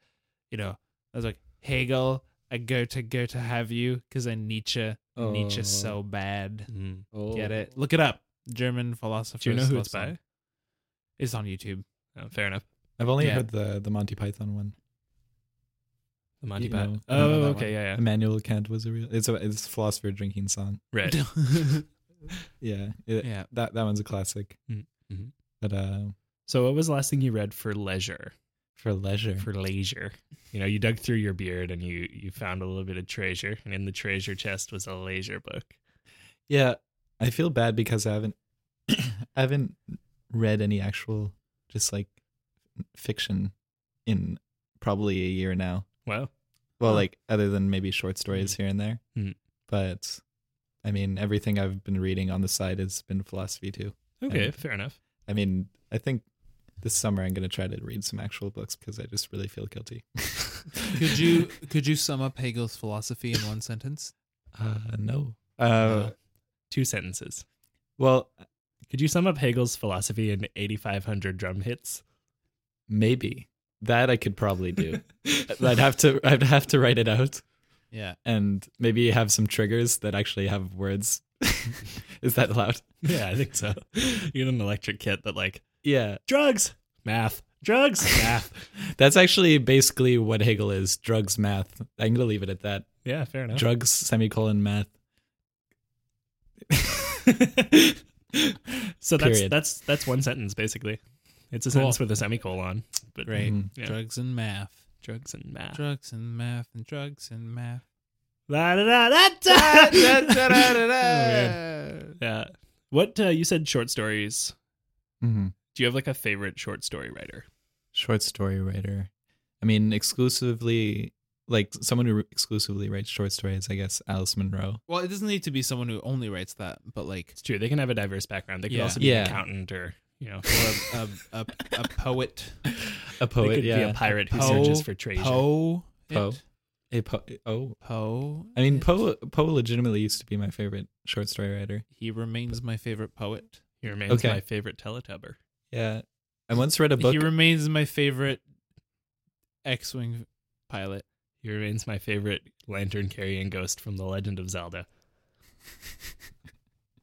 Speaker 2: you know, I was like Hegel. I go to go to have you because I Nietzsche. Nietzsche so bad.
Speaker 1: Mm.
Speaker 3: Oh.
Speaker 2: Get it? Look it up. German philosopher.
Speaker 1: Do you know who it's
Speaker 2: philosopher.
Speaker 1: by?
Speaker 2: It's on YouTube.
Speaker 1: Oh, fair enough.
Speaker 3: I've only
Speaker 2: Yeah.
Speaker 3: heard the the Monty Python one.
Speaker 1: The Monty
Speaker 3: You know,
Speaker 1: Python.
Speaker 3: I don't know
Speaker 1: Oh,
Speaker 3: that
Speaker 1: okay,
Speaker 3: one.
Speaker 1: yeah, yeah.
Speaker 3: Immanuel Kant was a real. It's a it's a philosopher drinking song.
Speaker 1: Right.
Speaker 3: Yeah, it-
Speaker 2: yeah.
Speaker 3: that that one's a classic.
Speaker 1: Mm, mhm.
Speaker 3: But uh,
Speaker 1: So, what was the last thing you read for leisure?
Speaker 3: for leisure,
Speaker 1: For leisure, you know, you dug through your beard and you you found a little bit of treasure, and in the treasure chest was a leisure book.
Speaker 3: yeah, I feel bad because I haven't I haven't read any actual just like fiction in probably a year now.
Speaker 1: Wow.
Speaker 3: Well,
Speaker 2: Huh.
Speaker 3: like other than maybe short stories here and there,
Speaker 1: Mm.
Speaker 3: but I mean everything I've been reading on the side has been philosophy too.
Speaker 1: Okay,
Speaker 3: And-
Speaker 1: fair enough.
Speaker 3: I mean, I think this summer I'm going to try to read some actual books because I just really feel guilty.
Speaker 2: Could you could you sum up Hegel's philosophy in one sentence?
Speaker 3: Uh, no. Uh,
Speaker 1: Uh, Two sentences.
Speaker 3: Well,
Speaker 1: Could you sum up Hegel's philosophy in 8,500 drum hits?
Speaker 3: maybe that I could probably do. I'd have to. I'd have to write it out
Speaker 2: Yeah.
Speaker 3: and maybe have some triggers that actually have words. Is that allowed?
Speaker 1: Yeah, I think so. You get an electric kit that, like,
Speaker 3: Yeah,
Speaker 1: drugs, math, drugs, math.
Speaker 3: that's actually basically what Hegel is: drugs, math. I'm gonna leave it at that.
Speaker 1: Yeah, fair enough.
Speaker 3: Drugs, semicolon, math.
Speaker 1: so that's
Speaker 3: period.
Speaker 1: that's that's one sentence basically. It's a
Speaker 2: Cool.
Speaker 1: sentence with a semicolon. But
Speaker 2: Great.
Speaker 3: Mhm.
Speaker 1: Yeah.
Speaker 2: Drugs and math.
Speaker 1: drugs and math.
Speaker 2: Drugs and math and drugs and math.
Speaker 1: Da, da, da, da, da. Oh, Yeah. What uh, you said short stories.
Speaker 3: Mm-hmm.
Speaker 1: Do you have like a favorite short story writer?
Speaker 3: short story writer. I mean, exclusively like someone who exclusively writes short stories. I guess Alice Munro.
Speaker 2: Well, it doesn't need to be someone who only writes that, but like
Speaker 1: It's true. They can have a diverse background. They could
Speaker 2: Yeah.
Speaker 1: also be
Speaker 3: Yeah.
Speaker 1: an accountant or you know
Speaker 2: or a, a, a, a poet.
Speaker 3: A poet,
Speaker 1: they could
Speaker 3: yeah.
Speaker 1: be a pirate who
Speaker 2: Poe-
Speaker 1: searches for treasure.
Speaker 2: Poe.
Speaker 3: Poe.
Speaker 2: it?
Speaker 3: A po- oh,
Speaker 2: Poe.
Speaker 3: I mean,
Speaker 2: it?
Speaker 3: Poe Poe legitimately used to be my favorite short story writer.
Speaker 2: He remains my favorite poet.
Speaker 1: He remains
Speaker 3: Okay.
Speaker 1: my favorite Teletubber.
Speaker 3: Yeah, I once read a book.
Speaker 2: He remains my favorite X-wing pilot.
Speaker 1: He remains my favorite lantern carrying ghost from The Legend of Zelda.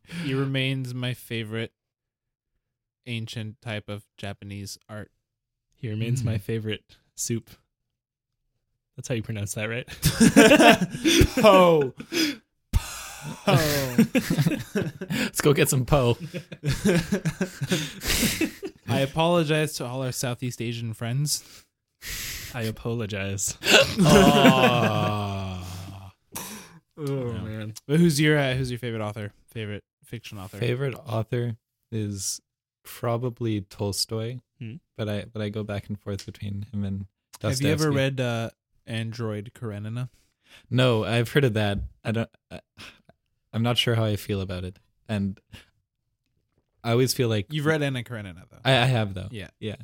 Speaker 2: He remains my favorite ancient type of Japanese art.
Speaker 1: He remains
Speaker 3: Mm.
Speaker 1: my favorite soup. That's how you pronounce that, right?
Speaker 2: Poe.
Speaker 3: Let's go get some Poe.
Speaker 2: I apologize to all our Southeast Asian friends.
Speaker 1: I apologize. Oh man.
Speaker 2: But who's your uh, who's your favorite author? Favorite fiction author?
Speaker 3: favorite author is probably Tolstoy,
Speaker 1: Hmm.
Speaker 3: but I but I go back and forth between him and.
Speaker 2: Have you ever
Speaker 3: Dostoevsky.
Speaker 2: read uh, Android Karenina?
Speaker 3: No, I've heard of that. I don't. I, I'm not sure how I feel about it, and I always feel like
Speaker 2: You've read Anna Karenina though.
Speaker 3: I, I have though.
Speaker 2: Yeah.
Speaker 3: yeah.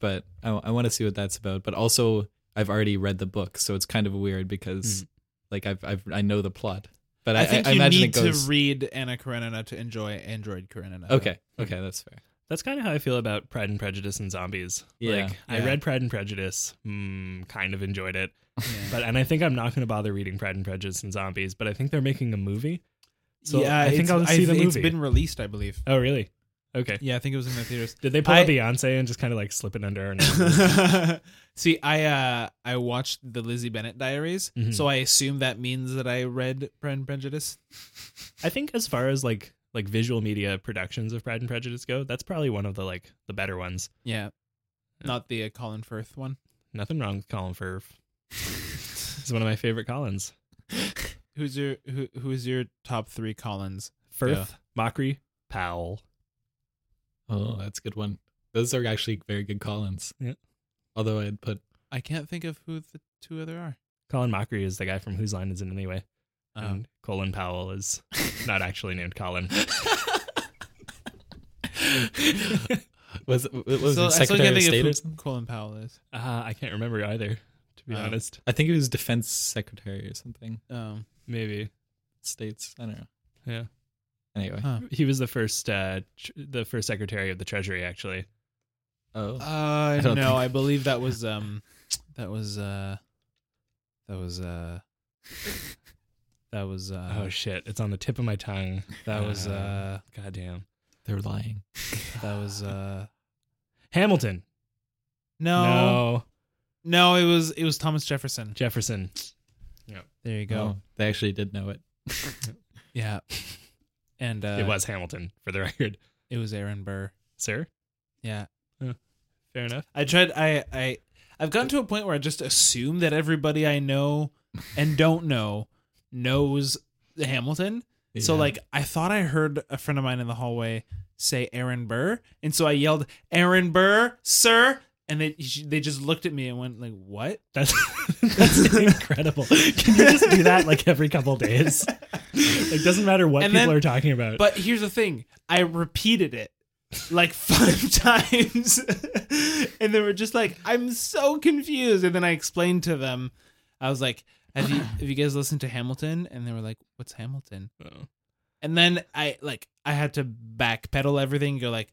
Speaker 3: But I, I want to see what that's about. But also, I've already read the book, so it's kind of weird because like I've, I've I know the plot, but I,
Speaker 2: Mm-hmm. I think
Speaker 3: I,
Speaker 2: you
Speaker 3: imagine
Speaker 2: need
Speaker 3: it goes.
Speaker 2: to read Anna Karenina to enjoy Android Karenina. though.
Speaker 3: okay, okay, that's fair.
Speaker 1: That's kind of how I feel about Pride and Prejudice and zombies.
Speaker 3: Yeah.
Speaker 1: like
Speaker 2: Yeah.
Speaker 1: I read Pride and Prejudice, mm, kind of enjoyed it,
Speaker 2: Yeah.
Speaker 1: but and I think I'm not going to bother reading Pride and Prejudice and zombies. But I think they're making a movie. So I think
Speaker 2: it's-
Speaker 1: I'll just see the
Speaker 2: I've- It's
Speaker 1: movie.
Speaker 2: been released, I believe.
Speaker 1: Oh really? Okay.
Speaker 2: Yeah, I think it was in the theaters.
Speaker 1: Did they pull
Speaker 2: I-
Speaker 1: a Beyonce and just kind of like slip it under? Her nose?
Speaker 2: See, I uh, I watched the Lizzie Bennett Diaries,
Speaker 3: Mm-hmm.
Speaker 1: Mhm.
Speaker 2: so I assume that means that I read Pride and Prejudice.
Speaker 1: I think as far as like like visual media productions of Pride and Prejudice go, that's probably one of the like the better ones.
Speaker 2: Yeah, not the uh, Colin Firth one.
Speaker 1: Nothing wrong with Colin Firth. He's one of my favorite Collins.
Speaker 2: Who's your who? Who is your top three Collins?
Speaker 1: Firth, Mockery, Powell.
Speaker 3: Oh, that's a good one. Those are actually very good Collins.
Speaker 1: Yeah.
Speaker 3: Although I'd put
Speaker 2: I can't think of who the two other are.
Speaker 1: Colin Mockery is the guy from Whose Line Is It Anyway?
Speaker 2: Um,
Speaker 1: And Colin Powell is not actually named Colin.
Speaker 3: was it, was
Speaker 2: so
Speaker 3: it
Speaker 2: I still can't
Speaker 3: Secretary of
Speaker 2: think
Speaker 3: State or
Speaker 2: of
Speaker 3: something?
Speaker 2: who Colin Powell is.
Speaker 1: Uh, I can't remember either, to be
Speaker 2: Oh.
Speaker 1: honest.
Speaker 3: I think it was Defense Secretary or something.
Speaker 2: Um,
Speaker 1: Maybe.
Speaker 3: States. I don't know.
Speaker 1: Yeah.
Speaker 3: Anyway,
Speaker 2: Huh.
Speaker 1: He was the first uh, tr- the first secretary of the treasury actually.
Speaker 2: Uh,
Speaker 3: Oh, I
Speaker 2: no,
Speaker 3: don't think-
Speaker 2: I believe that was um, that was uh, that was uh, that was uh,
Speaker 1: oh shit! It's on the tip of my tongue.
Speaker 2: that was
Speaker 1: Uh-huh.
Speaker 2: uh,
Speaker 1: Goddamn.
Speaker 3: they're lying.
Speaker 2: that was uh,
Speaker 1: Hamilton.
Speaker 2: no, no, it was it was Thomas Jefferson. Oh.
Speaker 1: Jefferson.
Speaker 2: There you go.
Speaker 3: Go. they actually did know it.
Speaker 2: Yeah, and uh,
Speaker 1: it was Hamilton, for the record.
Speaker 2: it was Aaron Burr.
Speaker 1: Sir,
Speaker 2: Yeah,
Speaker 1: fair enough.
Speaker 2: I tried. I I I've gotten to a point where I just assume that everybody I know and don't know knows Hamilton. So
Speaker 3: Yeah.
Speaker 2: like I thought I heard a friend of mine in the hallway say Aaron Burr, and so I yelled Aaron Burr, sir, and they they just looked at me and went like, "What?"
Speaker 1: That's that's incredible. Can you just do that like every couple days? It doesn't matter what
Speaker 2: And
Speaker 1: people
Speaker 2: then-
Speaker 1: are talking about.
Speaker 2: But here's the thing: I repeated it like five times, and they were just like, "I'm so confused." And then I explained to them, I was like, "Have you have you guys listened to Hamilton?" And they were like, "What's Hamilton?"
Speaker 1: Oh.
Speaker 2: And then I like I had to backpedal everything and go like,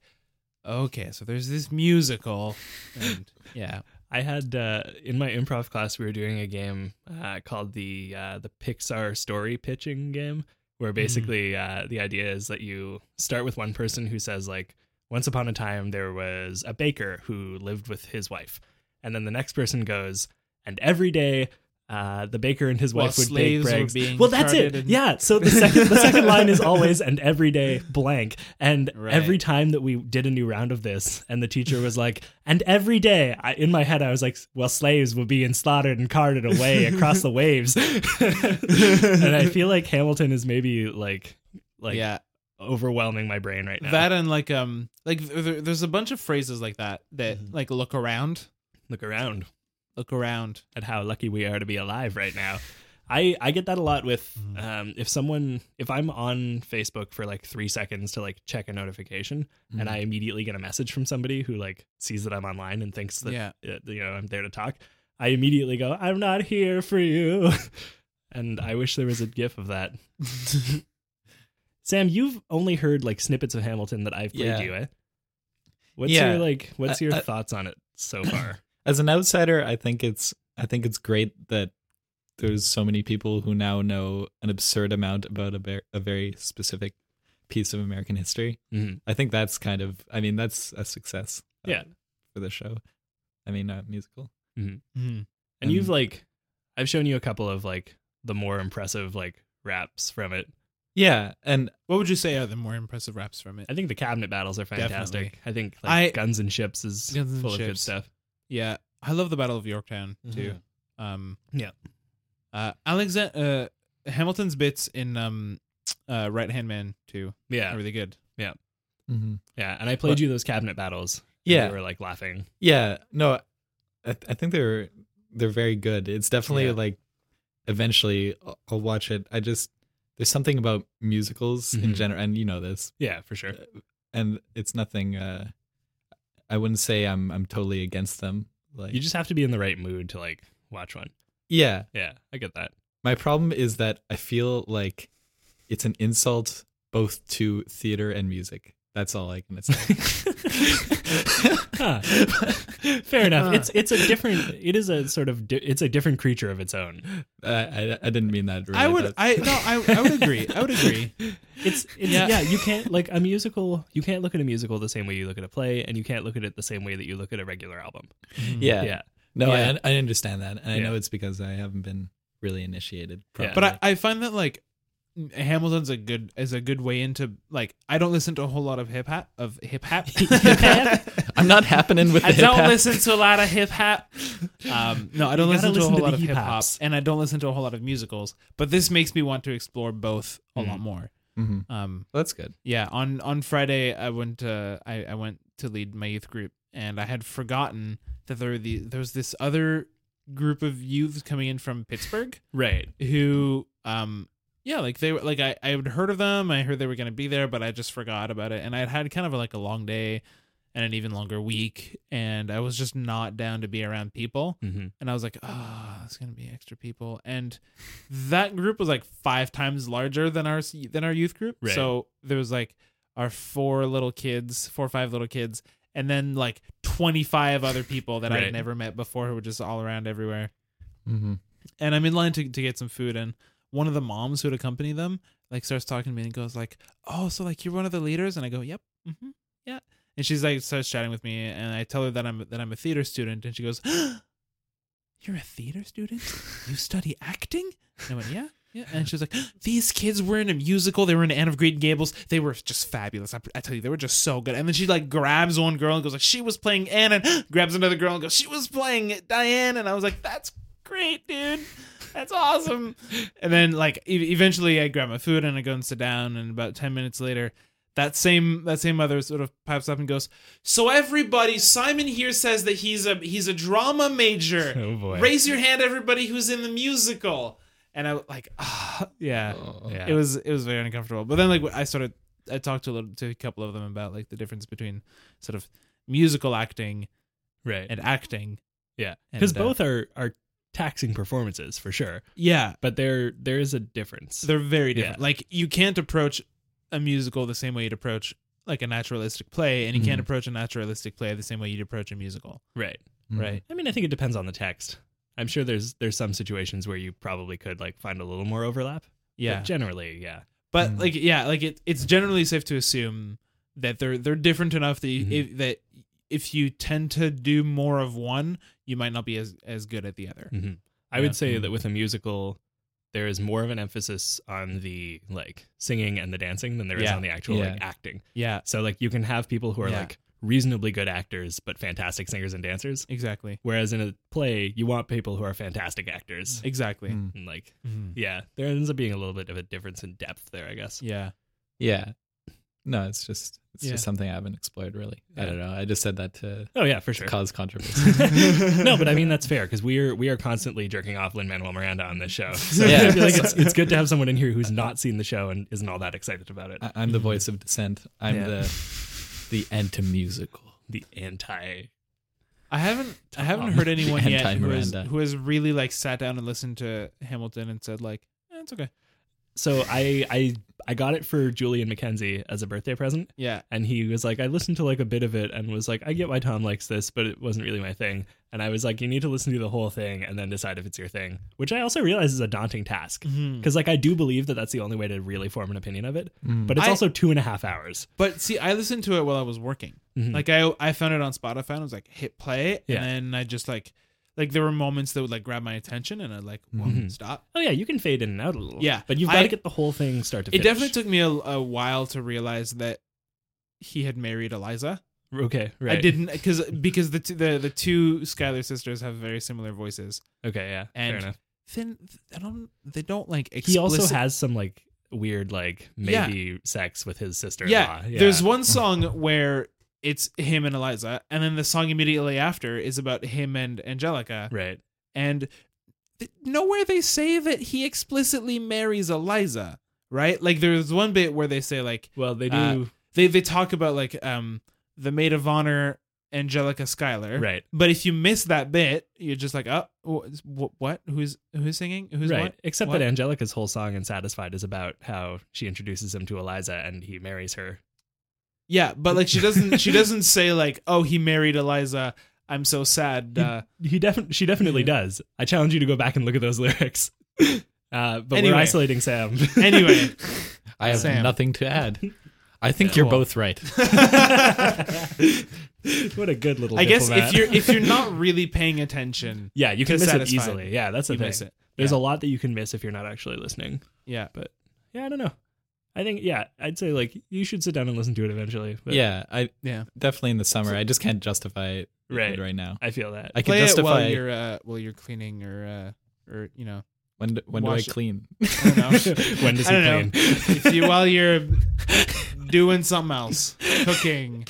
Speaker 2: "Okay, so there's this musical." And yeah.
Speaker 1: I had uh, in my improv class we were doing a game uh, called the uh, the Pixar story pitching game,
Speaker 2: Mm-hmm.
Speaker 1: where basically uh, the idea is that you start with one person who says like, "Once upon a time there was a baker who lived with his wife," and then the next person goes, "And every day." Uh, the baker and his
Speaker 2: While
Speaker 1: wife would bake
Speaker 2: slaves were
Speaker 1: breads.
Speaker 2: being
Speaker 1: well, that's it.
Speaker 2: carted and-
Speaker 1: Yeah. So the second the second line is always and every day blank. And
Speaker 2: Right.
Speaker 1: every time that we did a new round of this, and the teacher was like, and every day, I, in my head, I was like, well, slaves will be slaughtered and carted away across the waves. and I feel like Hamilton is maybe like, like
Speaker 2: yeah.
Speaker 1: overwhelming my brain right now.
Speaker 2: That and like um like there, there's a bunch of phrases like that that
Speaker 1: Mhm.
Speaker 2: like look around,
Speaker 1: Look around
Speaker 2: look around.
Speaker 1: at how lucky we are to be alive right now. I, I get that a lot with
Speaker 2: Mhm.
Speaker 1: um, if someone if I'm on Facebook for like three seconds to like check a notification
Speaker 2: Hmm.
Speaker 1: and I immediately get a message from somebody who like sees that I'm online and thinks that
Speaker 2: yeah.
Speaker 1: uh, you know, I'm there to talk, I immediately go, I'm not here for you. and I wish there was a gif of that. Sam, you've only heard like snippets of Hamilton that I've played
Speaker 3: Yeah.
Speaker 1: you, eh? What's
Speaker 3: Yeah.
Speaker 1: your like what's
Speaker 3: I-
Speaker 1: your
Speaker 3: I-
Speaker 1: thoughts on it so far?
Speaker 3: as an outsider, I think it's I think it's great that there's so many people who now know an absurd amount about a, ver- a very specific piece of American history.
Speaker 1: Mhm.
Speaker 3: I think that's kind of I mean that's a success. uh,
Speaker 1: Yeah.
Speaker 3: for the show. I mean, uh, musical.
Speaker 2: Mhm.
Speaker 1: And you've
Speaker 3: Um,
Speaker 1: like I've shown you a couple of like the more impressive like raps from it.
Speaker 3: Yeah, and
Speaker 2: What would you say are the more impressive raps from it?
Speaker 1: I think the cabinet battles are fantastic.
Speaker 2: Definitely.
Speaker 1: I think like
Speaker 2: I-
Speaker 1: Guns and Ships is
Speaker 2: Guns and
Speaker 1: full of good
Speaker 2: Ships.
Speaker 1: stuff.
Speaker 2: Yeah, I love the Battle of Yorktown too.
Speaker 3: Mhm.
Speaker 2: Um,
Speaker 1: Yeah.
Speaker 2: uh, Alexander uh, Hamilton's bits in um, uh, Right Hand Man too
Speaker 1: Yeah.
Speaker 2: are really good.
Speaker 3: mhm.
Speaker 1: Yeah. And I played
Speaker 3: But-
Speaker 1: you those cabinet battles. and
Speaker 3: yeah,
Speaker 1: You were like laughing.
Speaker 3: Yeah, no, I, I think they're they're very good. It's definitely
Speaker 1: Yeah.
Speaker 3: like eventually I'll, I'll watch it. I just there's something about musicals in
Speaker 1: Mhm.
Speaker 3: general, and you know this,
Speaker 1: Yeah, for sure.
Speaker 3: and it's nothing. uh I wouldn't say I'm I'm totally against them. Like
Speaker 1: You just have to be in the right mood to like watch one.
Speaker 3: yeah,
Speaker 1: Yeah, I get that.
Speaker 3: my problem is that I feel like it's an insult both to theater and music. That's all I can say.
Speaker 1: Huh. Fair enough.
Speaker 2: Huh.
Speaker 1: It's it's a different. It is a sort of. Di- it's a different creature of its own.
Speaker 3: I, I I didn't mean that. Really,
Speaker 2: I would,
Speaker 3: but-
Speaker 2: I no, I, I would agree. I would agree.
Speaker 1: It's, it's yeah.
Speaker 2: Yeah.
Speaker 1: You can't like a musical. You can't look at a musical the same way you look at a play, and you can't look at it the same way that you look at a regular album.
Speaker 2: Mm-hmm.
Speaker 3: yeah.
Speaker 1: Yeah.
Speaker 3: No,
Speaker 2: Yeah.
Speaker 3: I, I understand that, and I
Speaker 1: Yeah.
Speaker 3: know it's because I haven't been really initiated.
Speaker 1: Yeah.
Speaker 2: but I, I find that like Hamilton's a good is a good way into like I don't listen to a whole lot of hip hop of hip hop.
Speaker 3: am not happening with the
Speaker 2: I
Speaker 3: hip
Speaker 2: don't
Speaker 3: hop.
Speaker 2: listen to a lot of hip hop. Um, no, I don't
Speaker 1: You
Speaker 2: listen
Speaker 1: gotta
Speaker 2: to a
Speaker 1: listen
Speaker 2: whole
Speaker 1: to
Speaker 2: lot
Speaker 1: the
Speaker 2: of hip hop,
Speaker 1: hip-hops.
Speaker 2: and I don't listen to a whole lot of musicals. But this makes me want to explore both a
Speaker 1: Mm.
Speaker 2: lot more.
Speaker 3: Mhm.
Speaker 2: Um,
Speaker 3: That's good.
Speaker 2: yeah, on on Friday I went to I, I went to lead my youth group, and I had forgotten that there were the there was this other group of youths coming in from Pittsburgh
Speaker 1: Right.
Speaker 2: who um yeah like they were like I I had heard of them I heard they were gonna be there but I just forgot about it and I had had kind of like a long day and an even longer week and I was just not down to be around people
Speaker 1: Mm-hmm.
Speaker 2: and I was like ah oh, it's gonna be extra people and that group was like five times larger than our than our youth group
Speaker 1: Right.
Speaker 2: so there was like our four little kids four or five little kids and then like 25 other people that
Speaker 1: Right.
Speaker 2: I'd never met before who were just all around everywhere
Speaker 3: Mm-hmm.
Speaker 2: and I'm in line to, to get some food, and one of the moms who'd accompany them like starts talking to me and goes like, "Oh, so like you're one of the leaders?" And I go, "Yep, hmm yeah." And she's like starts chatting with me, and I tell her that I'm that I'm a theater student, and she goes, "You're a theater student? You study acting?" And I went, "Yeah." Yeah, and she was like, "These kids were in a musical. They were in Anne of Green Gables. They were just fabulous. I, I tell you, they were just so good." And then she like grabs one girl and goes like, "She was playing Anne," and grabs another girl and goes, "She was playing Diane." And I was like, "That's great, dude. That's awesome. And then like e- eventually I grab my food and I go and sit down and about 10 minutes later that same that same mother sort of pipes up and goes, "So everybody, Simon here says that he's a he's a drama major.
Speaker 1: Oh, boy.
Speaker 2: Raise your hand everybody who's in the musical." And I like ah, yeah.
Speaker 1: Yeah.
Speaker 2: It was it was very uncomfortable. But then like I sort of I talked to a little to a couple of them about like the difference between sort of musical acting
Speaker 1: right.
Speaker 2: and acting.
Speaker 1: yeah.
Speaker 2: and,
Speaker 1: Because
Speaker 2: uh,
Speaker 1: both are are taxing performances for sure,
Speaker 2: Yeah.
Speaker 1: but there there is a difference.
Speaker 2: They're very different.
Speaker 1: Yeah.
Speaker 2: Like you can't approach a musical the same way you'd approach like a naturalistic play, and you
Speaker 1: Mm-hmm.
Speaker 2: can't approach a naturalistic play the same way you'd approach a musical.
Speaker 1: right.
Speaker 3: Mm-hmm.
Speaker 2: Right.
Speaker 1: I mean, I think it depends on the text. I'm sure there's there's some situations where you probably could like find a little more overlap.
Speaker 2: Yeah.
Speaker 1: But generally, yeah.
Speaker 2: But
Speaker 3: Mm.
Speaker 2: like yeah, like it, it's generally safe to assume that they're they're different enough that you,
Speaker 3: Mm-hmm.
Speaker 1: Mhm.
Speaker 2: if, that if you tend to do more of one, you might not be as as good at the other.
Speaker 3: Mm.
Speaker 1: hmm I
Speaker 2: Yeah. Mm.
Speaker 1: would say that with a musical, there is more of an emphasis on the like singing and the dancing than there is
Speaker 2: Yeah.
Speaker 1: on the actual
Speaker 3: Yeah.
Speaker 1: like acting.
Speaker 2: Yeah,
Speaker 1: So like you can have people who are
Speaker 2: Yeah.
Speaker 1: like reasonably good actors but fantastic singers and dancers.
Speaker 2: exactly,
Speaker 1: Whereas in a play, you want people who are fantastic actors.
Speaker 2: exactly.
Speaker 3: Mm.
Speaker 1: And like,
Speaker 2: Mhm.
Speaker 1: yeah, there ends up being a little bit of a difference in depth there, I guess.
Speaker 2: Yeah,
Speaker 3: Yeah. No, it's just it's
Speaker 2: Yeah.
Speaker 3: just something I haven't explored really. I
Speaker 1: Yeah.
Speaker 3: don't know. I just said that to
Speaker 1: Oh yeah, for sure.
Speaker 3: cause controversy.
Speaker 1: no, but I mean that's fair because we are we are constantly jerking off Lin Manuel Miranda on this show. So
Speaker 3: Yeah.
Speaker 1: I feel like it's, it's good to have someone in here who's not seen the show and isn't all that excited about it.
Speaker 3: I- I'm the voice of dissent. I'm
Speaker 1: Yeah.
Speaker 3: the the anti musical.
Speaker 1: The anti.
Speaker 2: I haven't I haven't
Speaker 1: Tom.
Speaker 2: heard anyone yet who has,
Speaker 3: Anti-Miranda.
Speaker 2: who has really like sat down and listened to Hamilton and said like eh, it's okay.
Speaker 1: So I I I got it for Julian McKenzie as a birthday present,
Speaker 2: Yeah,
Speaker 1: and he was like, I listened to like a bit of it and was like, I get why Tom likes this, but it wasn't really my thing. And I was like, you need to listen to the whole thing and then decide if it's your thing, which I also realize is a daunting task
Speaker 2: Mhm.
Speaker 1: because like I do believe that that's the only way to really form an opinion of it. But it's
Speaker 2: I-
Speaker 1: also two and a half hours.
Speaker 2: But see, I listened to it while I was working.
Speaker 3: Mm.
Speaker 1: Mhm.
Speaker 2: Like I, I found it on Spotify and I was like, hit play,
Speaker 1: Yeah.
Speaker 2: and then I just like, like there were moments that would like grab my attention, and I would like, whoa,
Speaker 3: Mm-hmm.
Speaker 1: Mhm.
Speaker 2: stop.
Speaker 1: Oh yeah, you can fade in and out a little.
Speaker 2: Yeah,
Speaker 1: but you've got
Speaker 2: I-
Speaker 1: to get the whole thing start to.
Speaker 2: It
Speaker 1: finish.
Speaker 2: definitely took me a, a while to realize that he had married Eliza.
Speaker 1: Okay, right.
Speaker 2: I didn't because because the two, the the two Skylar sisters have very similar voices.
Speaker 1: Okay, yeah.
Speaker 2: And
Speaker 1: fair enough.
Speaker 2: Then I don't they don't like explicit.
Speaker 1: He also has some like weird like maybe sex with his sister.
Speaker 2: yeah, There's one song where it's him and Eliza, and then the song immediately after is about him and Angelica.
Speaker 1: right.
Speaker 2: and th- nowhere they say that he explicitly marries Eliza, right? Like there's one bit where they say like
Speaker 1: Well, they do.
Speaker 2: Uh, they they talk about like um the maid of honor Angelica Schuyler,
Speaker 1: right.
Speaker 2: But if you miss that bit, you're just like, oh, what? what? Who's who's singing? Who's
Speaker 1: Right.
Speaker 2: what?
Speaker 1: Except
Speaker 2: What?
Speaker 1: that Angelica's whole song in Satisfied is about how she introduces him to Eliza and he marries her.
Speaker 2: Yeah, but like she doesn't she doesn't say like, oh, he married Eliza. I'm so sad. Uh,
Speaker 1: He definitely she definitely does. I challenge you to go back and look at those lyrics. Uh, but
Speaker 2: Anyway.
Speaker 1: we're isolating Sam.
Speaker 2: anyway,
Speaker 3: I have
Speaker 2: Sam.
Speaker 3: nothing to add. I think you're both right.
Speaker 1: what a good little.
Speaker 2: I guess
Speaker 1: diplomat.
Speaker 2: if you're if you're not really paying attention,
Speaker 1: Yeah, you can
Speaker 2: to
Speaker 1: miss it
Speaker 2: satisfy.
Speaker 1: easily. Yeah, that's the
Speaker 2: You
Speaker 1: thing.
Speaker 2: miss it.
Speaker 1: There's
Speaker 2: Yeah.
Speaker 1: a lot that you can miss if you're not actually listening.
Speaker 2: yeah,
Speaker 1: Yeah, I don't know. I think yeah, I'd say like you should sit down and listen to it eventually. But
Speaker 3: yeah, I
Speaker 2: yeah.
Speaker 3: definitely in the summer. I just can't justify
Speaker 1: Right.
Speaker 3: it right now.
Speaker 1: I feel that.
Speaker 3: I can
Speaker 2: play it while
Speaker 3: justify
Speaker 2: you're uh, while you're cleaning or uh, or you know
Speaker 3: when do, when do I
Speaker 2: Wash-
Speaker 3: clean?
Speaker 2: I don't know.
Speaker 1: when does
Speaker 2: I
Speaker 1: he
Speaker 2: don't
Speaker 1: claim?
Speaker 2: know. if you while you're doing something else, cooking,